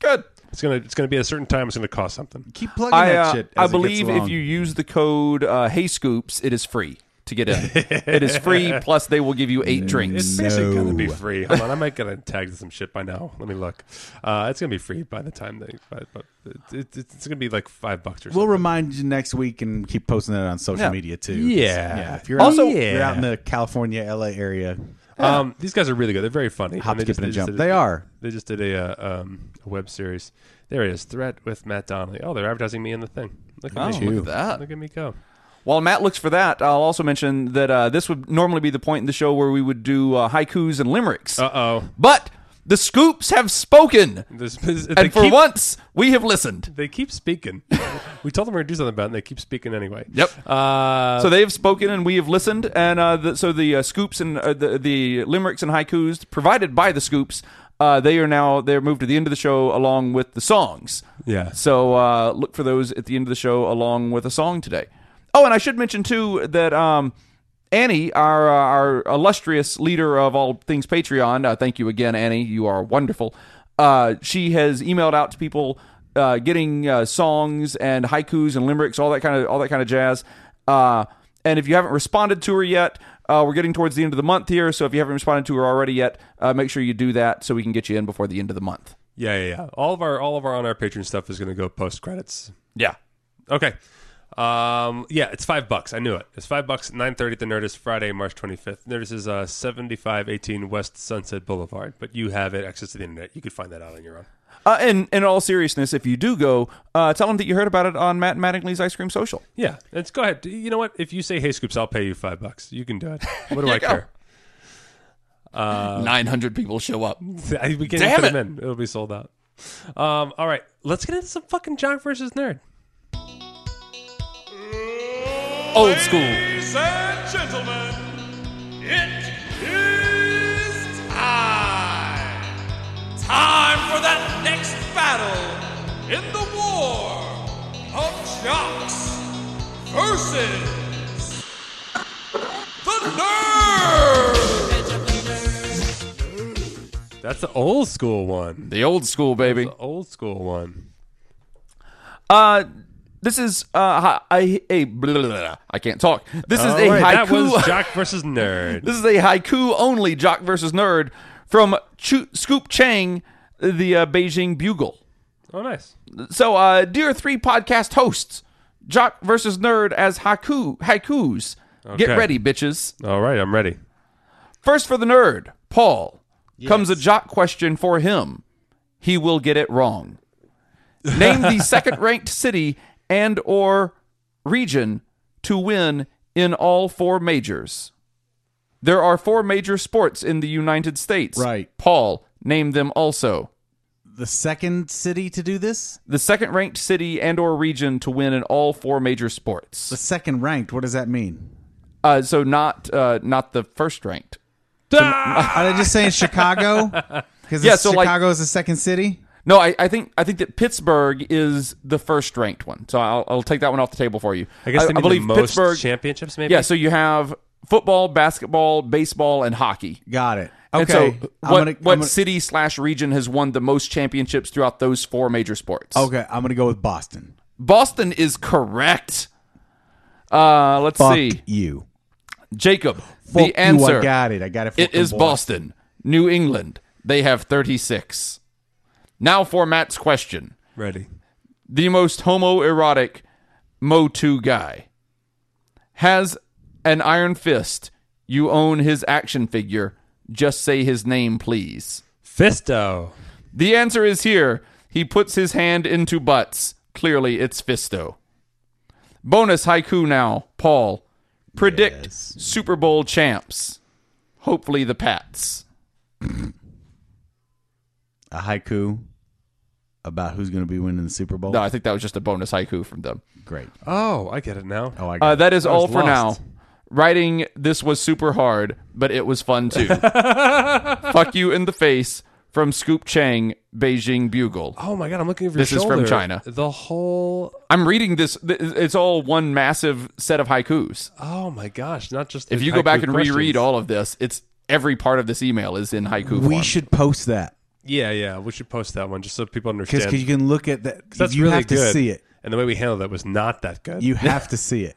Good.
It's gonna it's gonna be at a certain time. It's gonna cost something.
keep plugging
I,
that
uh,
shit.
I
as it gets
believe if
along.
you use the code uh, Hey Scoops, it is free to get in. it
[laughs]
is free. Plus, they will give you eight
It's
drinks.
basically
No.
gonna be free. Hold on, I might get tagged to some shit by now. Let me look. Uh, it's gonna be free by the time they. By, but it, it, it's gonna be like five bucks or
We'll
something.
remind you next week and keep posting that on social
Yeah.
media too.
Yeah.
yeah. If you're also
Also-
out, if you're out in the California, LA area,
um, these guys are really good. They're very funny.
Hop,
And they
skip, and a jump.
did
They are.
They just did a uh, um, a web series. There it is. Threat with Matt Donnelly. Oh, they're advertising me in the thing. Look at me.
look at that.
Look at me go.
While Matt looks for that, I'll also mention that uh, this would normally be the point in the show where we would do uh, haikus and limericks.
Uh oh.
but the Scoops have spoken.
This, this, they
And for
keep-
once, we have listened.
They keep speaking. we told them we are gonna do something about it, and they keep speaking anyway.
Yep.
Uh,
So they have spoken and we have listened, and uh, the, so the uh, scoops and uh, the, the limericks and haikus provided by the scoops, uh, they are now they're moved to the end of the show along with the songs.
Yeah.
So uh, look for those at the end of the show along with a song today. Oh, and I should mention too that um, Annie, our uh, our illustrious leader of all things Patreon, uh, thank you again, Annie. You are wonderful. Uh, she has emailed out to people uh, getting uh, songs and haikus and limericks, all that kind of all that kind of jazz. Uh, and if you haven't responded to her yet, uh, we're getting towards the end of the month here. So if you haven't responded to her already yet, uh, make sure you do that so we can get you in before the end of the month.
yeah, yeah, yeah. All of our all of our on our Patreon stuff is gonna go post credits.
Yeah.
Okay. Um, yeah, it's five bucks. I knew it. It's five bucks. Nine thirty at the Nerdist, Friday, March twenty fifth. Nerdist is uh seventy five eighteen West Sunset Boulevard. But you have it access to the internet. You could find that out on your own.
Uh, and in all seriousness, if you do go, uh, tell them that you heard about it on Matt Mattingly's Ice Cream Social.
Yeah, let's go ahead. You know what? If you say, "Hey, Scoops," I'll pay you five bucks. You can do it.
[laughs]
What do I care? [laughs]
Uh, 900 people show up.
I- we can't
Damn
even put them in. It'll be sold out. Um, all right, let's get into some fucking Jock versus Nerd.
Old school.
Ladies and gentlemen, it is time. Time for that next battle in the war of jocks versus
That's the old school one.
The old school, baby.
The old school one.
Uh, this is uh, hi- I a blah, blah, blah, blah. I can't talk. This is a
All right, that
haiku. [laughs]
was Jock versus Nerd.
this is a haiku only jock versus nerd from Chu Scoop Chang, the uh, Beijing Bugle.
Oh, nice.
So, uh, dear three podcast hosts, jock versus nerd as haiku haikus. Get
Okay.
ready, bitches.
All right, I'm ready.
First for the nerd, Paul. Comes a jock question for him. He will get it wrong. Name the second ranked city and or region to win in all four majors. There are four major sports in the United States.
Right.
Paul, name them also.
The second city to do this?
The second ranked city and or region to win in all four major sports.
Second ranked. What does that mean?
Uh, so not uh, not the first ranked.
Are they just saying
[laughs]
Chicago? Because
Yeah, so, like-
Chicago is the second city?
No, I, I think I think that Pittsburgh is the first ranked one. So I'll, I'll take that one off the table for you.
I guess they need
believe
the most
Pittsburgh.
championships, maybe.
yeah, so you have football, basketball, baseball, and hockey.
Got it.
And
Okay.
so
I'm
what
gonna- I'm
what
gonna-
city slash region has won the most championships throughout those four major sports?
okay, I'm going to go with Boston.
Boston is correct. Uh, let's
Fuck
see,
you.
Jacob.
Fuck you,
the answer
I got it. I got it.
It
fucking
is
boy.
Boston, New England. They have 36. Now for Matt's question.
Ready.
The most homoerotic Motu guy has an iron fist. You own his action figure. Just say his name, please.
Fisto.
The answer is here. He puts his hand into butts. Clearly, it's Fisto. Bonus haiku now, Paul. Predict Super Bowl champs. Hopefully, the Pats.
A haiku about who's going to be winning the Super Bowl.
No, I think that was just a bonus haiku from them.
Great.
Oh, I get it now.
Oh, I got
Uh,
it.
that is all for
lost.
now. Writing this was super hard, but it was
[laughs]
fun too. Fuck you in the face from Scoop Chang, Beijing Bugle.
Oh my god, I'm looking over
This
your
is from
shoulder.
China.
The whole.
I'm reading this. th- It's all one massive set of haikus.
Oh my gosh, not just.
If
the
you go
haiku
back and
questions.
reread all of this, it's every part of this email is in haiku
we
form.
should post that
Yeah, yeah, we should post that one just so people understand.
because you can look at that.
that's
you
really
have to
good.
see it.
And the way we handled that was not that good.
You have to
[laughs]
see it.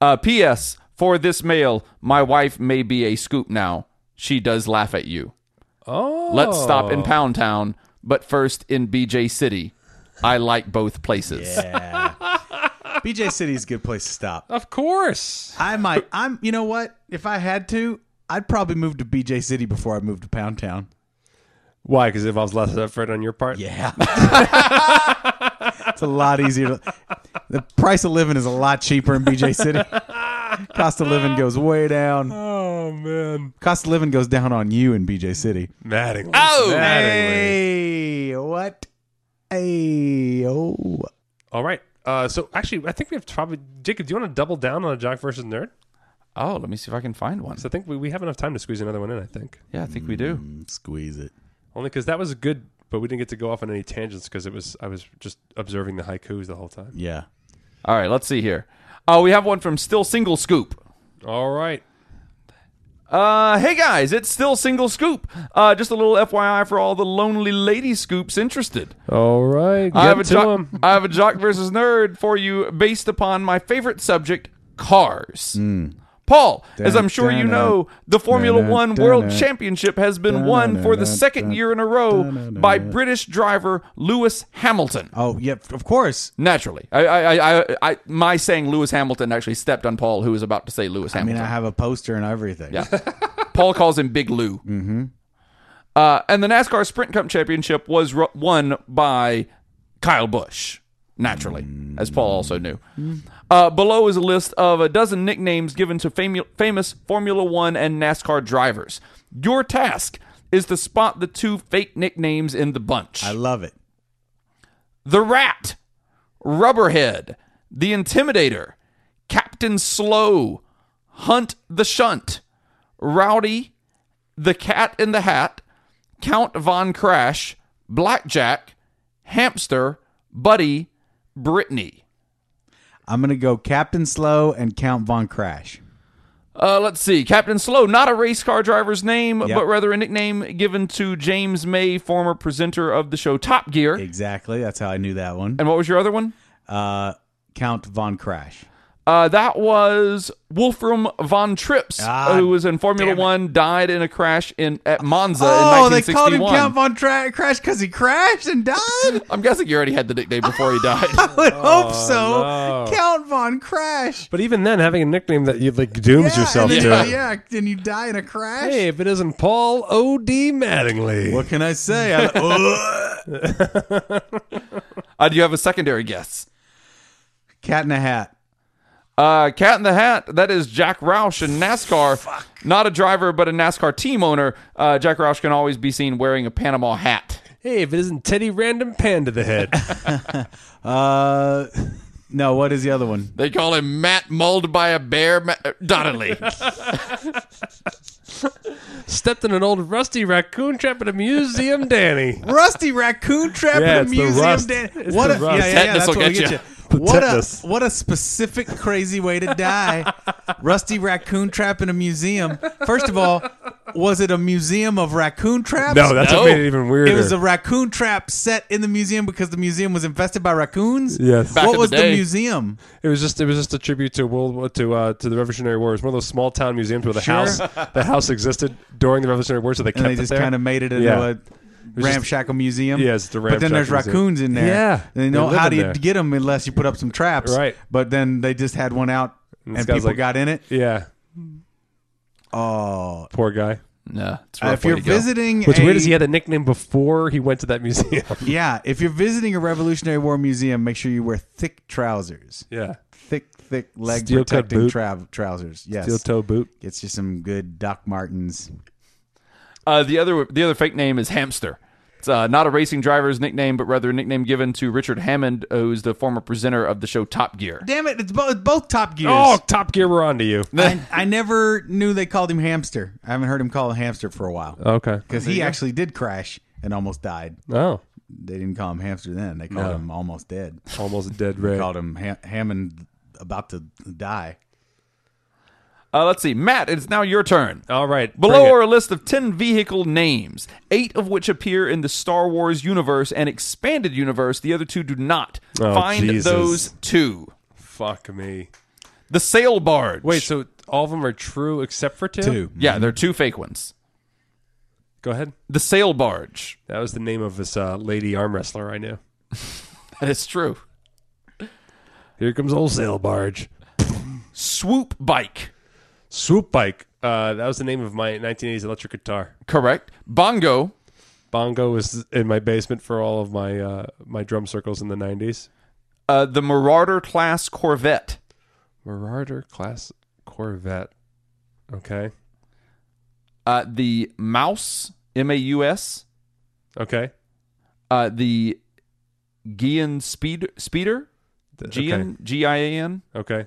Uh, P.S. For this mail, my wife may be a scoop now. She does laugh at you.
oh,
Let's stop in Pound Town, but first in BJ City. I like both places.
BJ City is a good place to stop.
Of course.
I might. I'm. You know what? If I had to, I'd probably move to BJ City before I moved to Pound Town.
Why? Because it involves less effort on your part. [laughs]
Yeah. [laughs] it's a lot easier. To, the price of living is a lot cheaper in
[laughs]
BJ City. Cost of living goes way down.
Oh man,
Cost of living goes down on you in BJ City.
Mattingly. Oh,
Hey, what? Hey, oh.
All right. Uh, so actually, I think we have probably Jacob. Do you want to double down on a jock versus nerd?
Oh, let me see if I can find one.
So I think we, we have enough time to squeeze another one in. I think
Yeah, I think we do.
Squeeze it.
only because that was good, but we didn't get to go off on any tangents because it was I was just observing the haikus the whole time.
Yeah.
All right, let's see here. Oh, we have one from Still Single Scoop.
All right.
Uh, hey guys, it's Still Single Scoop. Uh, just a little FYI for all the lonely lady scoops interested.
All right.
I have a
to
jock. I have a jock versus nerd for you based upon my favorite subject, cars. Paul, as I'm sure you
Hmm. Dun, dun,
know, the Formula
dun,
One
dun,
World
dun.
Championship has been
Dun,
won
dun,
for the
dun,
second
dun,
year in a row
dun, dun, dun,
by
dun.
British driver Lewis Hamilton.
Oh, yeah, of course.
Naturally, I, I, I, I, I, my saying Lewis Hamilton actually stepped on Paul, who was about to say Lewis
I mean,
Hamilton.
I have a poster and everything.
Yeah. Paul calls him Big Lou. Mm-hmm. Uh, and the NASCAR Sprint Cup Championship was ru- won by Kyle Busch, naturally, as Paul also knew. Uh, below is a list of a dozen nicknames given to famu- famous Formula One and NASCAR drivers. Your task is to spot the two fake nicknames in the bunch
I love it.
the Rat, Rubberhead, The Intimidator, Captain Slow, Hunt the Shunt, Rowdy, The Cat in the Hat, Count Von Crash, Blackjack, Hamster, Buddy, Brittany.
I'm going to go Captain Slow and Count Von Crash.
Uh, let's see. Captain Slow, not a race car driver's name,
Yep.
but rather a nickname given to James May, former presenter of the show Top Gear.
Exactly. That's how I knew that one.
And what was your other one?
Uh, Count Von Crash.
Uh, that was Wolfram von Trips,
Ah,
who was in Formula One, died in a crash in at Monza
Oh,
in 1961.
Von Tra- Crash because he crashed and died?
I'm guessing you already had the nickname before he died. [laughs]
I [laughs] would
Oh,
hope so. Count Von Crash.
But even then, having a nickname that you like dooms yourself
and
to.
then,
it.
yeah, then you die in a crash.
Hey, if it isn't Paul O.D. Mattingly.
What can I say? I, [laughs]
uh, do you have a secondary guess?
Cat in a Hat.
Uh, Cat in the Hat. That is Jack Roush in NASCAR. Not a driver, but a NASCAR team owner. Uh, Jack Roush can always be seen wearing a Panama hat.
Hey, if it isn't Teddy Random Panda the [laughs] Head.
Uh, [laughs] no, what is the other one?
They call him Matt Mauled by a Bear Ma- uh,
[laughs]
Donnelly.
Stepped in an old rusty raccoon trap at a museum,
[laughs]
Danny.
Rusty raccoon trap
Yeah,
in a
it's the
museum.
rust.
Dan-
It's
what
the
a
rust.
yeah, yeah, yeah,
Tetanus
that's
will
what
get
get
ya.
you.
The
What
tetanus.
a what a specific crazy way to
[laughs]
die. Rusty raccoon trap in a museum. First of all, was it a museum of raccoon traps?
No, that's
No.
what made it even weirder.
it was a raccoon trap set in the museum because the museum was infested by raccoons.
Yes.
Back in
what
the
was the,
day.
museum?
It was just it was just a tribute to World War to uh, to the Revolutionary War. It was one of those small town museums where the
Sure.
house the house existed during the Revolutionary War, so they
And
kept
they
it
just
there.
kind of made it into
Yeah.
a
was just-
ramshackle museum.
Yeah, it's the
But then there's
ramshackle museum.
raccoons in there.
Yeah,
And they
they
know
live
how
in
do you
there.
get them unless you put up some traps.
Right.
But then they just had one out and,
this guy's
people
like-
got in it.
yeah,
Oh,
poor guy.
no, it's a
Uh,
rough
if
way
you're
to go.
visiting,
What's
a,
weird is he had that nickname before he went to that [laughs] museum.
yeah. If you're visiting a Revolutionary War museum, make sure you wear thick trousers,
yeah,
thick, thick leg
Steel-cut
protecting
boot.
tra- trousers. Yes,
steel toe boot.
gets you some good Doc Martens.
Uh, the other the other fake name is Hamster. It's uh, not a racing driver's nickname, but rather a nickname given to Richard Hammond, uh, who's the former presenter of the show Top Gear.
Damn it! It's both both Top Gears.
Oh, Top Gear, we're on to you.
I, I never knew they called him Hamster. I haven't heard him called Hamster for a while
Okay.
because he actually did crash and almost died.
Oh,
They didn't call him Hamster then; they called him almost dead.
almost dead
They
red.
called him ha- Hammond about to die.
Uh, let's see, Matt. It's now your turn.
All right,
Below
Oh, bring it.
are a list of 10 vehicle names, eight of which appear in the Star Wars universe and expanded universe. The other two do not.
Oh,
Find
Jesus.
those two.
Fuck me.
The sail barge.
Wait, so all of them are true except for two?
Two.
Yeah, they're two fake ones.
Go ahead.
The sail barge.
That was the name of this uh, lady arm wrestler I knew.
That is true.
Here comes old sail barge.
Swoop bike.
Swoop bike. Uh, that was the name of my 1980s electric guitar.
Correct. Bongo.
Bongo was in my basement for all of my uh, my drum circles in the 90s.
Uh, the Marauder class Corvette.
Marauder class Corvette. Okay.
Uh, the Mouse. M A U S.
Okay.
Uh, the Gian Speed Speeder.
Th-
Gian G I A N.
Okay.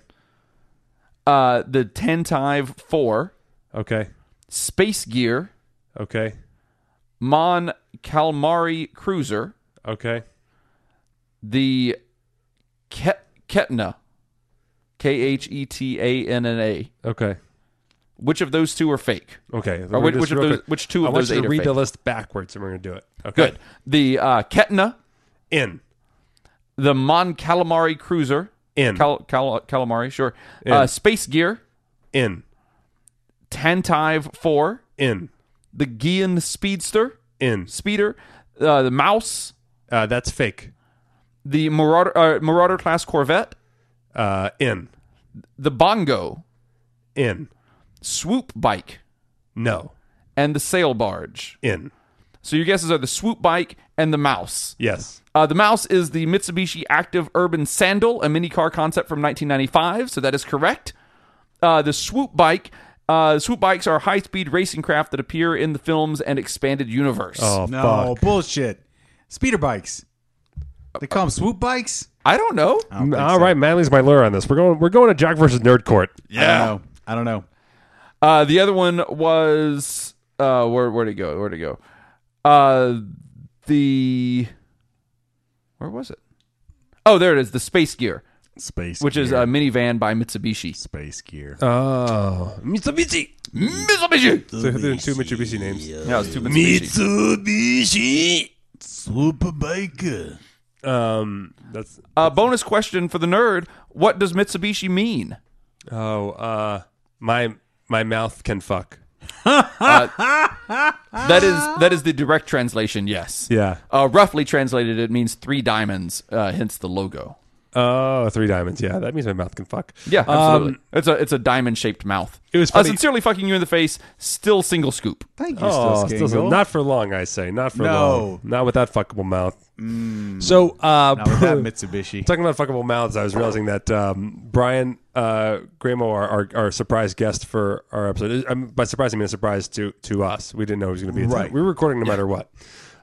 Uh, the Tentive Four.
Okay.
Space Gear.
Okay.
Mon Calamari Cruiser,
Okay.
the Ket- Ketna, K H E T A N N A.
Okay.
Which of those two are fake?
Okay.
Or which,
Just
which of
real
those,
quick.
which two
I
of
want
those
you
eight
to
are
read
fake?
the list backwards and we're going to do it. Okay.
Good. The uh, Ketna,
In.
the Mon Calamari Cruiser,
In.
Cal- Cal- Calamari, sure. Uh, Space Gear,
in.
Tantive Four,
In.
the Gian Speedster,
In.
Speeder, uh, the Mouse,
Uh, that's fake.
the Marauder uh, Marauder class Corvette,
Uh, in.
the Bongo,
In.
Swoop Bike,
No.
and the Sail Barge.
In.
So your guesses are the swoop bike and the mouse.
Yes.
Uh, the mouse is the Mitsubishi Active Urban Sandal, a mini car concept from 1995. So that is correct. Uh, the swoop bike. Uh, swoop bikes are high-speed racing craft that appear in the films and expanded universe.
Oh,
No
fuck.
bullshit. Speeder bikes. They call them swoop bikes.
I don't know.
I don't think
All
so.
right, Manly's my lure on this. We're going. We're going to Jack versus Nerd Court.
I don't know. I don't know.
Uh, the other one was uh, where where'd it go? Where'd it go? Uh, the where was it? Oh, there it is. The space gear.
Space
which is a minivan by Mitsubishi.
space gear.
Oh, Mitsubishi.
Mitsubishi.
So there are two Mitsubishi names.
Yeah, it's two Mitsubishi.
Super biker.
Um, that's
Uh, bonus question for the nerd: What does Mitsubishi mean?
oh, uh, my my mouth can fuck.
Uh, That is that is the direct translation. Yes.
Yeah.
Uh, roughly translated, it means three diamonds. Uh, hence the logo.
Oh, three diamonds. Yeah, that means my mouth can fuck.
Yeah, absolutely.
Um,
it's a it's a diamond shaped mouth.
It was
uh,
funny-
sincerely fucking you in the face. Still single scoop.
Thank you,
Oh,
Stilskingle.
still some- not for long, I say. Not for
No. Mm.
long. Not with that fuckable mouth. So, uh,
Not with
[laughs]
that Mitsubishi.
talking about fuckable mouths, I was realizing that um, Brian uh, Gramo, our, our, our surprise guest for our episode, um, by surprise I mean a surprise to to us. We didn't know he was going to be. Right. We were recording no matter what,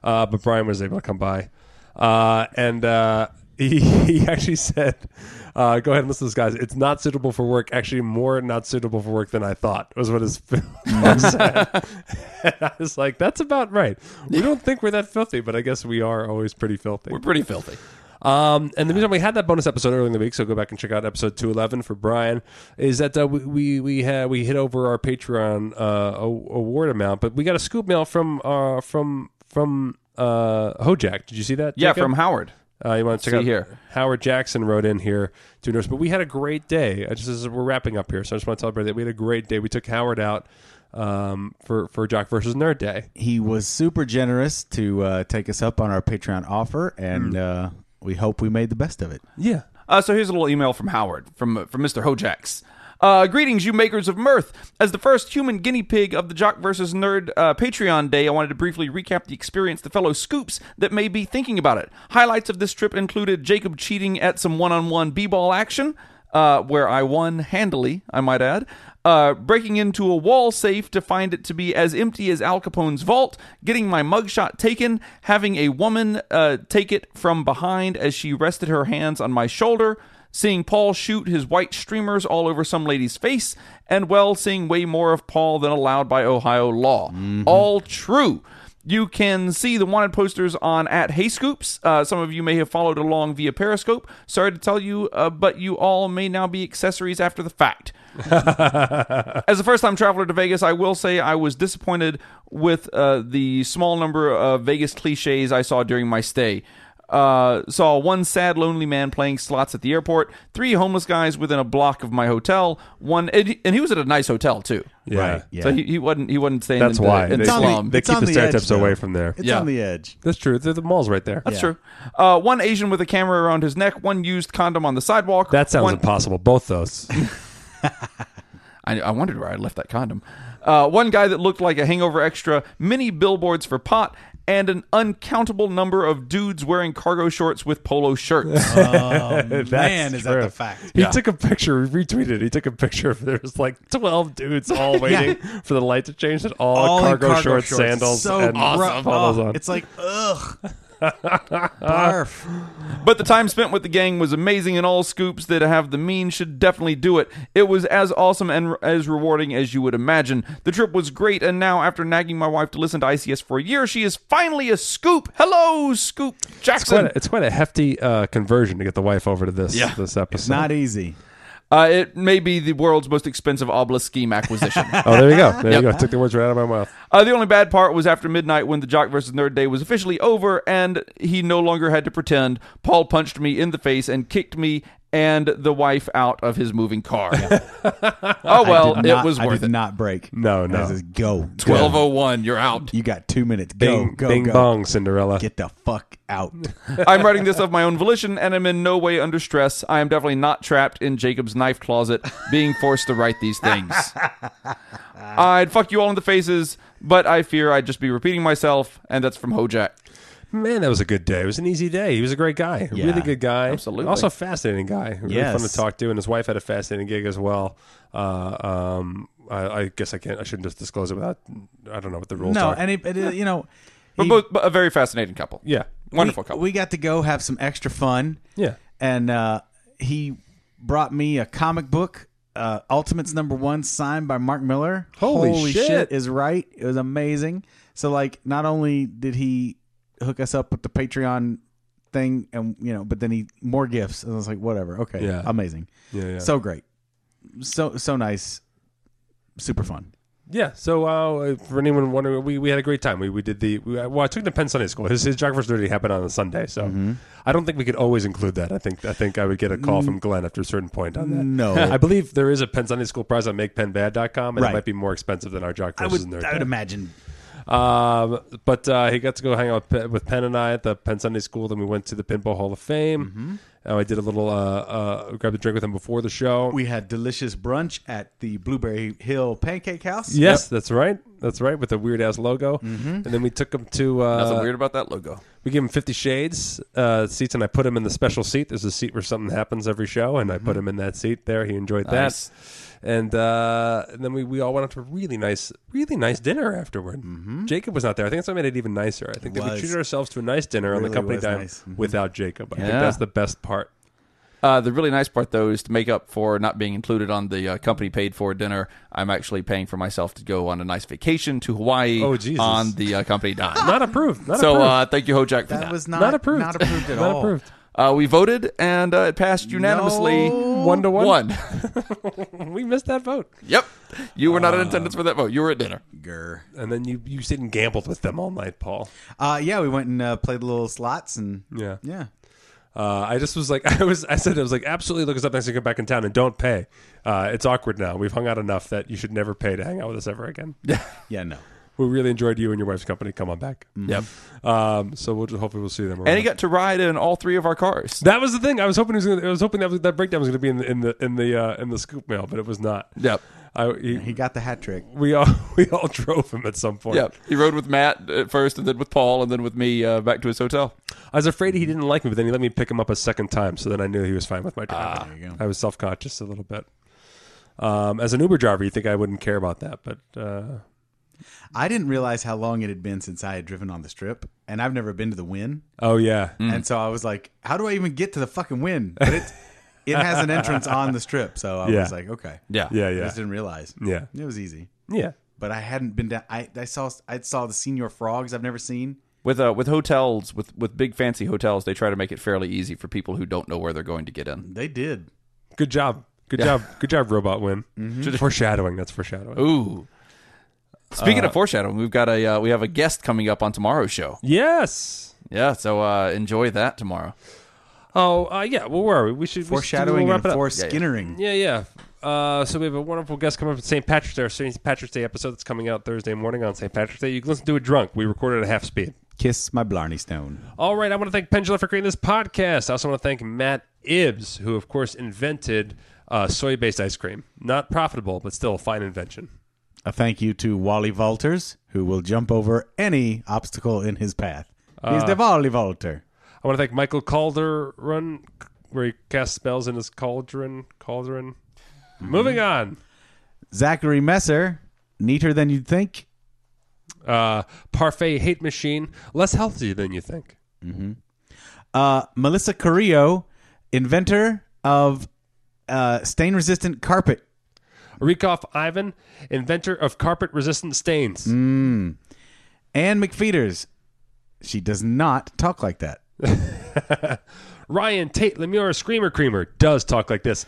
uh, but Brian was able to come by, uh, and uh, [laughs] he, he actually said, uh, "Go ahead and listen to this, guys. It's not suitable for work. Actually, more not suitable for work than I thought." Was what his [laughs] film said. and I was like, "That's about right. We don't think we're that filthy, but I guess we are always pretty filthy."
We're pretty filthy.
Um, and the reason we had that bonus episode earlier in the week, so go back and check out episode two eleven for Brian, is that uh, we we we, had, we hit over our Patreon uh, a- award amount, but we got a scoop mail from uh, from from uh, Hojack. Did you see that?
Yeah,
Jacob?
from Howard.
Uh, you want to check
See
out
here.
Howard Jackson wrote in here to nurse, but we had a great day. I just as we're wrapping up here, so I just want to tell everybody that we had a great day. We took Howard out um, for for Jock versus Nerd Day.
He was super generous to uh, take us up on our Patreon offer, and uh, we hope we made the best of it.
Yeah,
Uh, so here's a little email from Howard from uh, from Mr. Hojax. Uh, greetings, you makers of mirth. As the first human guinea pig of the Jock versus Nerd uh, Patreon day, I wanted to briefly recap the experience the fellow scoops that may be thinking about it. Highlights of this trip included Jacob cheating at some one-on-one b-ball action, uh, where I won handily, I might add. Uh, breaking into a wall safe to find it to be as empty as Al Capone's vault, getting my mugshot taken, having a woman uh, take it from behind as she rested her hands on my shoulder, seeing Paul shoot his white streamers all over some lady's face, and well, seeing way more of Paul than allowed by Ohio law. All true. You can see the wanted posters on at Hey Scoops. Uh, some of you may have followed along via Periscope. Sorry to tell you, uh, but you all may now be accessories after the fact. As a first time traveler to Vegas, I will say I was disappointed with uh, the small number of Vegas cliches I saw during my stay. Uh, saw one sad, lonely man playing slots at the airport, three homeless guys within a block of my hotel, one, and he- and he was at a nice hotel too.
yeah.
Right. Yeah.
So he, he wasn't he wasn't staying.
That's
in the,
why.
in the
It's
on the-
slum.
They
It's
keep
on
the
the
stereotypes
edge, though.
away from there.
It's
Yeah.
on the edge.
That's true. The, the mall's right there.
That's true. Uh, one Asian with a camera around his neck, one used condom on the sidewalk.
That sounds
one,
impossible. Both
[laughs]
those.
I, I wondered where I left that condom. Uh, one guy that looked like a hangover extra, many billboards for pot, and an uncountable number of dudes wearing cargo shorts with
[laughs]
polo shirts.
Oh.
Man, is that
true.
the fact?
He took a picture, he retweeted. it. He took a picture of there was like twelve dudes
[laughs]
all waiting for the light to change, and all,
All in
cargo, shorts, sandals,
so
and
awesome.
polos on.
It's like
[laughs]
ugh. Barf.
But the time spent with the gang was amazing, and all scoops that have the means should definitely do it. It was as awesome and r- as rewarding as you would imagine. The trip was great, and now, after nagging my wife to listen to ICS for a year, she is finally a scoop. Hello, Scoop
It's quite,
Jackson.
a, it's quite a hefty uh, conversion to get the wife over to this this episode.
Not e- easy.
Uh, it may be the world's most expensive obelisk
[laughs]
scheme acquisition.
oh, there you go. There
[laughs]
you
Yep.
go. Took the words right out of my mouth.
Uh, the only bad part was after midnight when the Jock versus Nerd Day was officially over and he no longer had to pretend. Paul punched me in the face and kicked me and the wife out of his moving car. [laughs] oh well,
I did
it
not-
was
I
worth
did
it.
Not break.
No, no.
I says, go.
Twelve
go.
oh one,
[laughs]
you're out.
You got two minutes. Go.
Bing,
go.
bing
go.
bong, Cinderella.
Get the fuck
[laughs]
out.
I'm writing this of my own volition and am in no way under stress. I am definitely not trapped in Jacob's knife closet being forced to write these
[laughs]
things. I'd fuck you all in the faces, but I fear I'd just be repeating myself, and that's from Hojack.
Man, that was a good day. It was an easy day. He was a great guy. A
Yeah.
really good guy.
Absolutely.
Also a fascinating guy. Really
Yes.
fun to talk to. And his wife had a fascinating gig as well. Uh, um, I, I guess I can't. I shouldn't just disclose it without. I don't know what the rules
no,
are.
and it, it, you know,
But
he-
both but a very fascinating couple.
yeah.
Wonderful
we,
couple.
we got to go have some extra fun.
Yeah.
And uh, he brought me a comic book, uh, Ultimates number one, signed by Mark Miller.
Holy
shit.
shit.
is right. It was amazing. So like, not only did he hook us up with the Patreon thing, and you know, but then he more gifts, and I was like, whatever, okay,
Yeah.
amazing,
Yeah, yeah.
so great, so so nice, super fun.
Yeah. So uh, for anyone wondering, we, we had a great time. We, we did the we, uh, well. I took him to Penn Sunday School. His his geography already happened on a Sunday, so I don't think we could always include that. I think I think I would get a call from Glenn after a certain point on that.
[laughs] No.
[laughs] I believe there is a Penn Sunday School prize on MakePennBad.com, and
Right.
it might be more expensive than our geography.
I would, I would imagine.
Um, but uh, he got to go hang out with, Pe- with Penn and I at the Penn Sunday School. Then we went to the Pinball Hall of Fame. And I did a little uh, uh, grabbed a drink with him before the show.
We had delicious brunch at the Blueberry Hill Pancake House.
yes, that's right. That's right with the weird ass logo.
Mm-hmm.
And then we took him to uh,
Nothing weird about that logo.
we gave him 50 shades uh, seats and i put him in the special seat there's a seat where something happens every show and i put
Mm-hmm.
him in that seat there he enjoyed
Nice.
that and, uh, and then we, we all went out to a really nice really nice dinner afterward jacob was not there i think that's what made it even nicer i think that we
Mm-hmm. was.
treated ourselves to a nice dinner on the
Really
company
was
dime
nice. Mhm.
without jacob i think
Yeah.
that's the best part
Uh, the really nice part, though, is to make up for not being included on the uh, company paid for dinner. I'm actually paying for myself to go on a nice vacation to Hawaii
Oh, Jesus.
on the uh, company dime.
not approved not
so
approved
uh, thank you, Hojack, for that.
That was not,
Not approved.
Not approved at
[laughs] not
all.
approved
uh, we voted, and uh, it passed unanimously.
one to one
One. [laughs]
we missed that vote
yep. You were not
Uh.
in attendance for that vote. You were at dinner.
Grr.
and then you you sit and gambled with them all night paul
Uh, yeah, we went and uh, played little slots and
yeah
yeah.
Uh, I just was like, [laughs] I was, I said, I was like, absolutely look us up next time you come back in town and don't pay. Uh, it's awkward now. We've hung out enough that you should never pay to hang out with us ever again.
Yeah, no.
we really enjoyed you and your wife's company. Come on back.
Mm-hmm.
Yep.
Um, so we'll just hopefully we'll see them.
And
around.
he got to ride in all three of our cars.
that was the thing. I was hoping he was. Gonna, I was hoping that was, that breakdown was going to be in the in the in the uh, in the scoop mail, but it was not.
Yep.
I, he,
He got the hat trick.
we all [laughs] we all drove him at some point.
Yep. He rode with Matt at first, and then with Paul, and then with me uh, back to his hotel.
I was afraid he didn't like me, but then he let me pick him up a second time, so then I knew he was fine with my
Ah,
driving. I was self conscious a little bit. Um, as an Uber driver, you think I wouldn't care about that, but uh,
I didn't realize how long it had been since I had driven on the strip, and I've never been to the Win,
oh yeah,
and so I was like, "How do I even get to the fucking Win?" But it it has an entrance on the strip, so I
Yeah.
was like, "Okay,
Yeah.
yeah,
I
yeah,
just didn't realize.
yeah,
It was easy,
yeah.
but I hadn't been down. I, I saw I saw the Senior Frogs I've never seen.
With uh, with hotels, with with big fancy hotels, they try to make it fairly easy for people who don't know where they're going to get in.
They did.
Good job, good job, good job, Robot Win.
Mm-hmm.
Foreshadowing. That's foreshadowing.
Ooh. Uh, Speaking of foreshadowing, we've got a uh, we have a guest coming up on tomorrow's show.
Yes.
Yeah, so uh, enjoy that tomorrow.
Oh uh, yeah. Well, where are we? We should we should-
Foreshadowing
we'll wrap
and
it up.
forskinnering.
Yeah, yeah. Uh, so we have a wonderful guest coming up for St. Patrick's Day, our St. Patrick's Day episode that's coming out Thursday morning on St. Patrick's Day. You can listen to it drunk. We recorded at half speed.
Kiss my Blarney Stone.
All right, I want to thank Pendula for creating this podcast. I also want to thank Matt Ibbs, who, of course, invented uh, soy based ice cream. Not profitable, but still a fine invention.
A thank you to Wally Walters, who will jump over any obstacle in his path. He's the Wally Walter.
I want to thank Michael Calderon, where he casts spells in his cauldron. Cauldron. Moving on.
Zachary Messer, neater than you'd think.
Uh, Parfait Hate Machine, less healthy than you think.
Uh, Melissa Carrillo, inventor of uh, stain resistant carpet.
Rikoff Ivan, inventor of carpet resistant stains.
Anne McFeeters. She does not talk like that.
Ryan Tate Lemure Screamer Creamer does talk like this.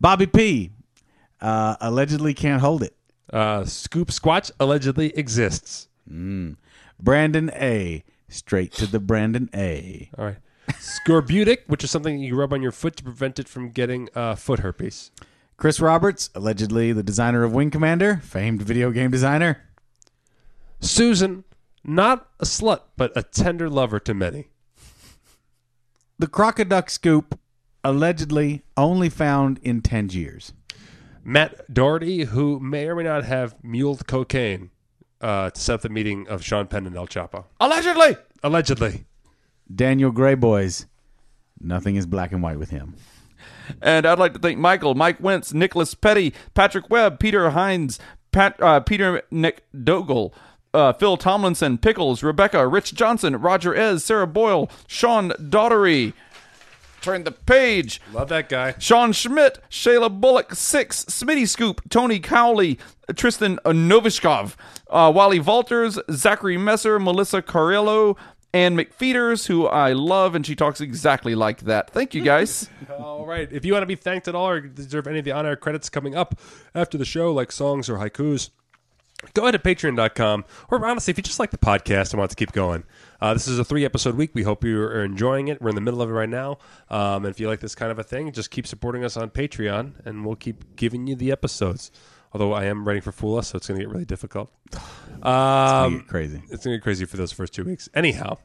Bobby P. Uh, allegedly can't hold it.
Uh, Scoop Squatch allegedly exists.
Brandon A. Straight to the Brandon A.
All right. Scorbutic, which is something you rub on your foot to prevent it from getting uh, foot herpes.
Chris Roberts, allegedly the designer of Wing Commander, famed video game designer.
Susan, not a slut, but a tender lover to many.
The Crocoduck Scoop, allegedly only found in Tangiers.
Matt Doherty, who may or may not have muled cocaine uh, to set up the meeting of Sean Penn and El Chapo.
Allegedly.
Allegedly.
Daniel Grayboys, nothing is black and white with him.
And I'd like to thank Michael, Mike Wentz, Nicholas Petty, Patrick Webb, Peter Hines, Pat, uh, Peter Nick Dogel, uh, Phil Tomlinson, Pickles, Rebecca, Rich Johnson, Roger Ez, Sarah Boyle, Sean Daughtery, Turn the page.
Love that guy.
Sean Schmidt, Shayla Bullock, Six, Smitty Scoop, Tony Cowley, Tristan Novishkov, uh, Wally Walters, Zachary Messer, Melissa Carrillo, and McFeeters, who I love, and she talks exactly like that. Thank you [laughs] guys.
All right. If you want to be thanked at all or deserve any of the honor credits coming up after the show, like songs or haikus, go ahead to patreon.com. Or honestly, if you just like the podcast and want it to keep going, uh, this is a three episode week. We hope you are enjoying it. We're in the middle of it right now. Um, and if you like this kind of a thing, just keep supporting us on Patreon and we'll keep giving you the episodes. Although I am writing for Fool Us, so it's going to get really difficult. Um,
Crazy.
it's gonna get crazy for those first two weeks. Anyhow,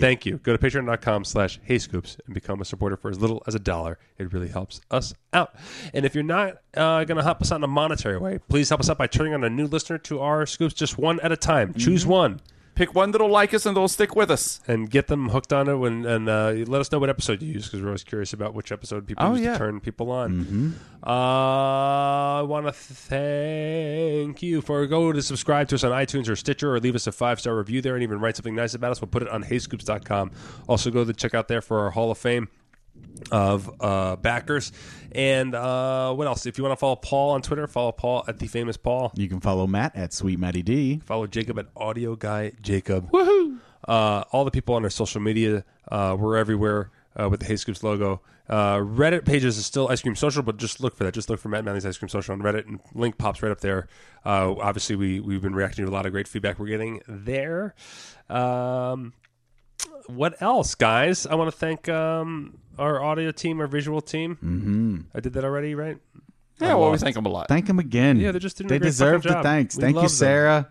thank you. Go to patreon.com slash hey scoops and become a supporter for as little as a dollar. It really helps us out. And if you're not uh, gonna help us out in a monetary way, please help us out by turning on a new listener to our scoops just one at a time. Choose one
Pick one that'll like us and they'll stick with us.
and get them hooked on it when, and uh, let us know what episode you use because we're always curious about which episode people use
yeah.
to turn people on. Uh, I want to thank you for go to subscribe to us on iTunes or Stitcher or leave us a five star review there and even write something nice about us. We'll put it on hayscoops.com. Also, go to check out there for our Hall of Fame of uh, backers. And uh, what else? If you want to follow Paul on Twitter, follow Paul at the famous Paul.
You can follow Matt at Sweet Matty D.
Follow Jacob at Audio Guy Jacob. Woohoo! Uh, all the people on our social media, uh, we're everywhere uh, with the Hey Scoops logo. Uh, Reddit pages is still Ice Cream Social, but just look for that. Just look for Matt Manley's Ice Cream Social on Reddit, and link pops right up there. Uh, obviously, we we've been reacting to a lot of great feedback we're getting there. Um, what else, guys? I want to thank um, our audio team, our visual team. Mm-hmm. I did that already, right?
Yeah, well, we thank them a lot.
Thank them again.
Yeah, they're just doing a
They
great
deserve
fucking
the
job.
thanks.
We
Thank
love
you,
them.
Sarah.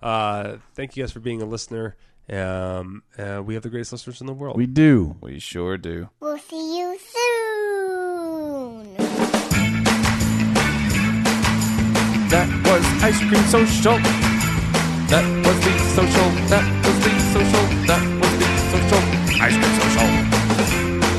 Uh, thank you guys for being a listener. Um, uh, we have the greatest listeners in the world.
We do.
We sure do.
We'll see you soon.
That was Ice Cream Social. That was the social. That was the social. That was the social. Ice Cream Social.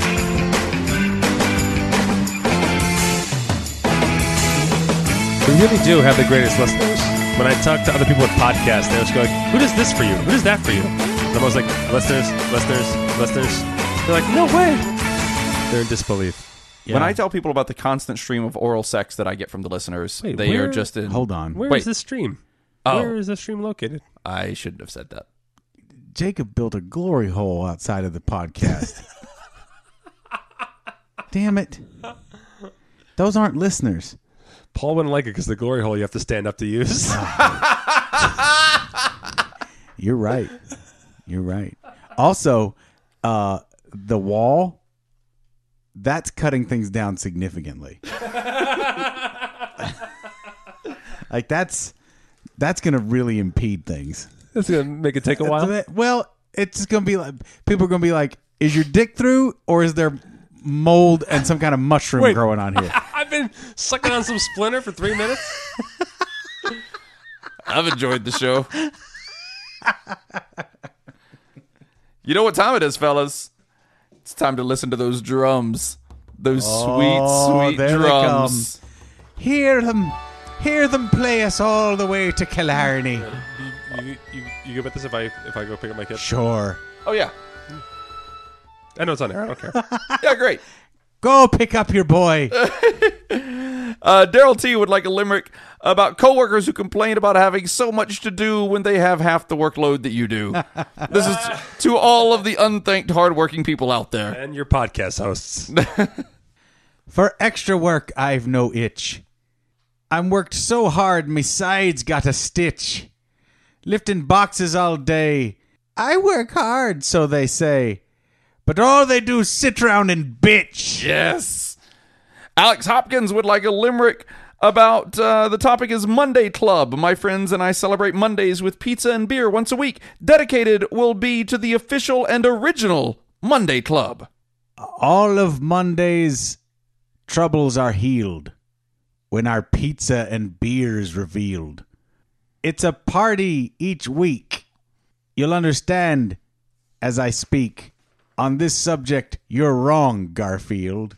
We really do have the greatest listeners. When I talk to other people with podcasts, they always go, like, who does this for you? Who does that for you? And I'm always like, listeners, listeners, listeners. They're like, no way. They're in disbelief.
When I tell people about the constant stream of oral sex that I get from the listeners,
Wait,
they
where-
are just in.
Hold on.
Where is
Wait.
this stream?
Oh.
Where is this stream located?
I shouldn't have said that.
Jacob built a glory hole outside of the podcast.
[laughs]
Damn it. Those aren't listeners.
Paul wouldn't like it because the glory hole you have to stand up to [laughs] use.
You're right. You're right. Also, uh, the wall, that's cutting things down significantly. [laughs] like that's that's gonna really impede things.
That's gonna make it take a while.
Well, it's gonna be like people are gonna be like, is your dick through or is there mold and some kind of mushroom growing on here?
[laughs] I've been sucking on some splinter for three minutes.
I've enjoyed the show. you know what time it is, fellas? It's time to listen to those drums. Those
Oh,
sweet, sweet
there they
drums.
Hear them hear them play us all the way to Killarney.
You, you, you, you go about this if I if I go pick up my kid.
Sure.
Oh, yeah.
I know it's on air. I don't care.
Yeah, great.
Go pick up your boy.
Uh, Daryl T would like a limerick about coworkers who complain about having so much to do when they have half the workload that you do. this is to all of the unthanked, hardworking people out there.
and your podcast hosts.
For extra work, I've no itch. I'm worked so hard, me sides got a stitch. Lifting boxes all day. I work hard, so they say. But all they do is sit round and bitch.
Yes. Alex Hopkins would like a limerick about uh, the topic is Monday Club. My friends and I celebrate Mondays with pizza and beer once a week. Dedicated will be to the official and original Monday Club.
All of Monday's troubles are healed when our pizza and beer is revealed. It's a party each week. You'll understand as I speak. On this subject, you're wrong, Garfield.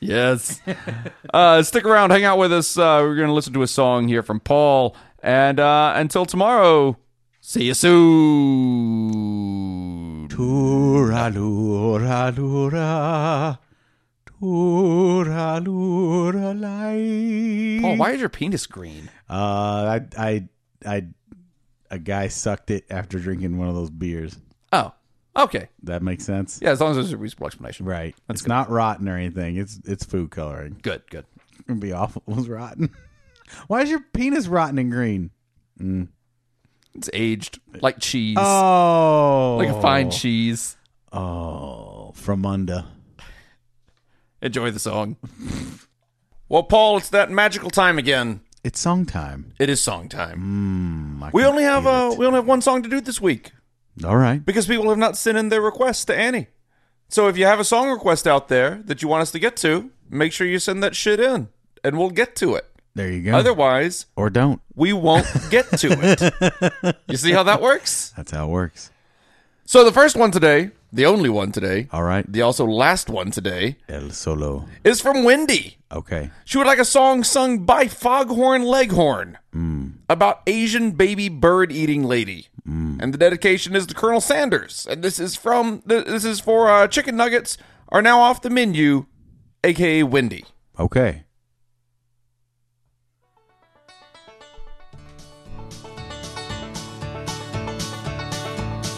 Yes. [laughs] uh, stick around, hang out with us. Uh, we're going to listen to a song here from Paul. And uh, until tomorrow, see you soon.
Tura lura lura. Tura lura lai.
Paul, why is your penis green?
Uh, I, I, I, a guy sucked it after drinking one of those beers.
Oh, okay.
That makes sense.
Yeah, as long as there's a reasonable explanation.
Right. it's not rotten or anything. It's it's food coloring.
Good, good.
It'd be awful. if It was rotten. [laughs] Why is your penis rotten and green?
It's aged like cheese,
Oh,
like a fine cheese.
Oh, from under.
Enjoy the song. [laughs] well, Paul, it's that magical time again.
It's song time.
It is song time. we only have uh, we only have one song to do this week
All right.
because people have not sent in their requests to Annie. So if you have a song request out there that you want us to get to, make sure you send that shit in, and we'll get to it.
There you go.
Otherwise,
or don't.
we won't get to it. [laughs] you see how that works?
That's how it works.
So the first one today, the only one today,
All right.
the also last one today,
El Solo.
is from Wendy.
Okay.
She would like a song sung by Foghorn Leghorn about Asian baby bird eating lady. And the dedication is to Colonel Sanders. And this is from th- this is for uh, chicken nuggets are now off the menu, aka Wendy.
Okay.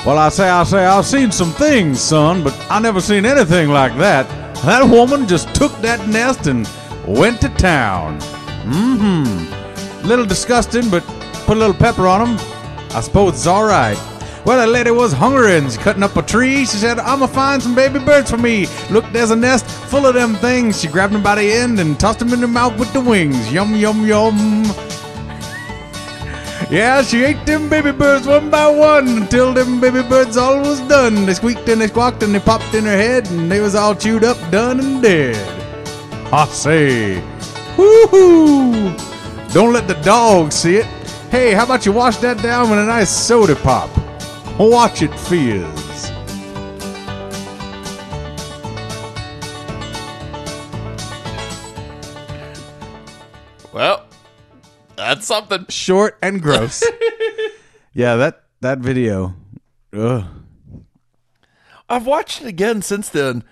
Well, I say, I say, I've seen some things, son, but I never seen anything like that. That woman just took that nest and went to town. Mm-hmm. Little disgusting, but put a little pepper on 'em. I suppose it's all right. Well, the lady was hungry and cutting up a tree. She said, I'ma find some baby birds for me. Look, there's a nest full of them things. She grabbed them by the end and tossed them in the mouth with the wings. Yum, yum, yum. [laughs] Yeah, she ate them baby birds one by one until them baby birds all was done. They squeaked and they squawked and they popped in her head and they was all chewed up, done and dead. I say, woohoo! Don't let the dog see it. Hey, how about you wash that down with a nice soda pop? Watch it fizz.
Well, that's something.
Short and [laughs] gross. yeah, that that video. Ugh.
I've watched it again since then.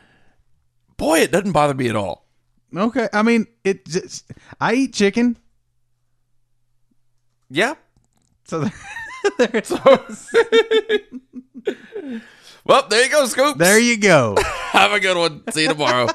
Boy, it doesn't bother me at all.
Okay, I mean, it. Just, I eat chicken,
[laughs] Yeah.
so [laughs] there,
[laughs] Well, there you go, Scoops.
there you go.
[laughs] Have a good one. See you tomorrow.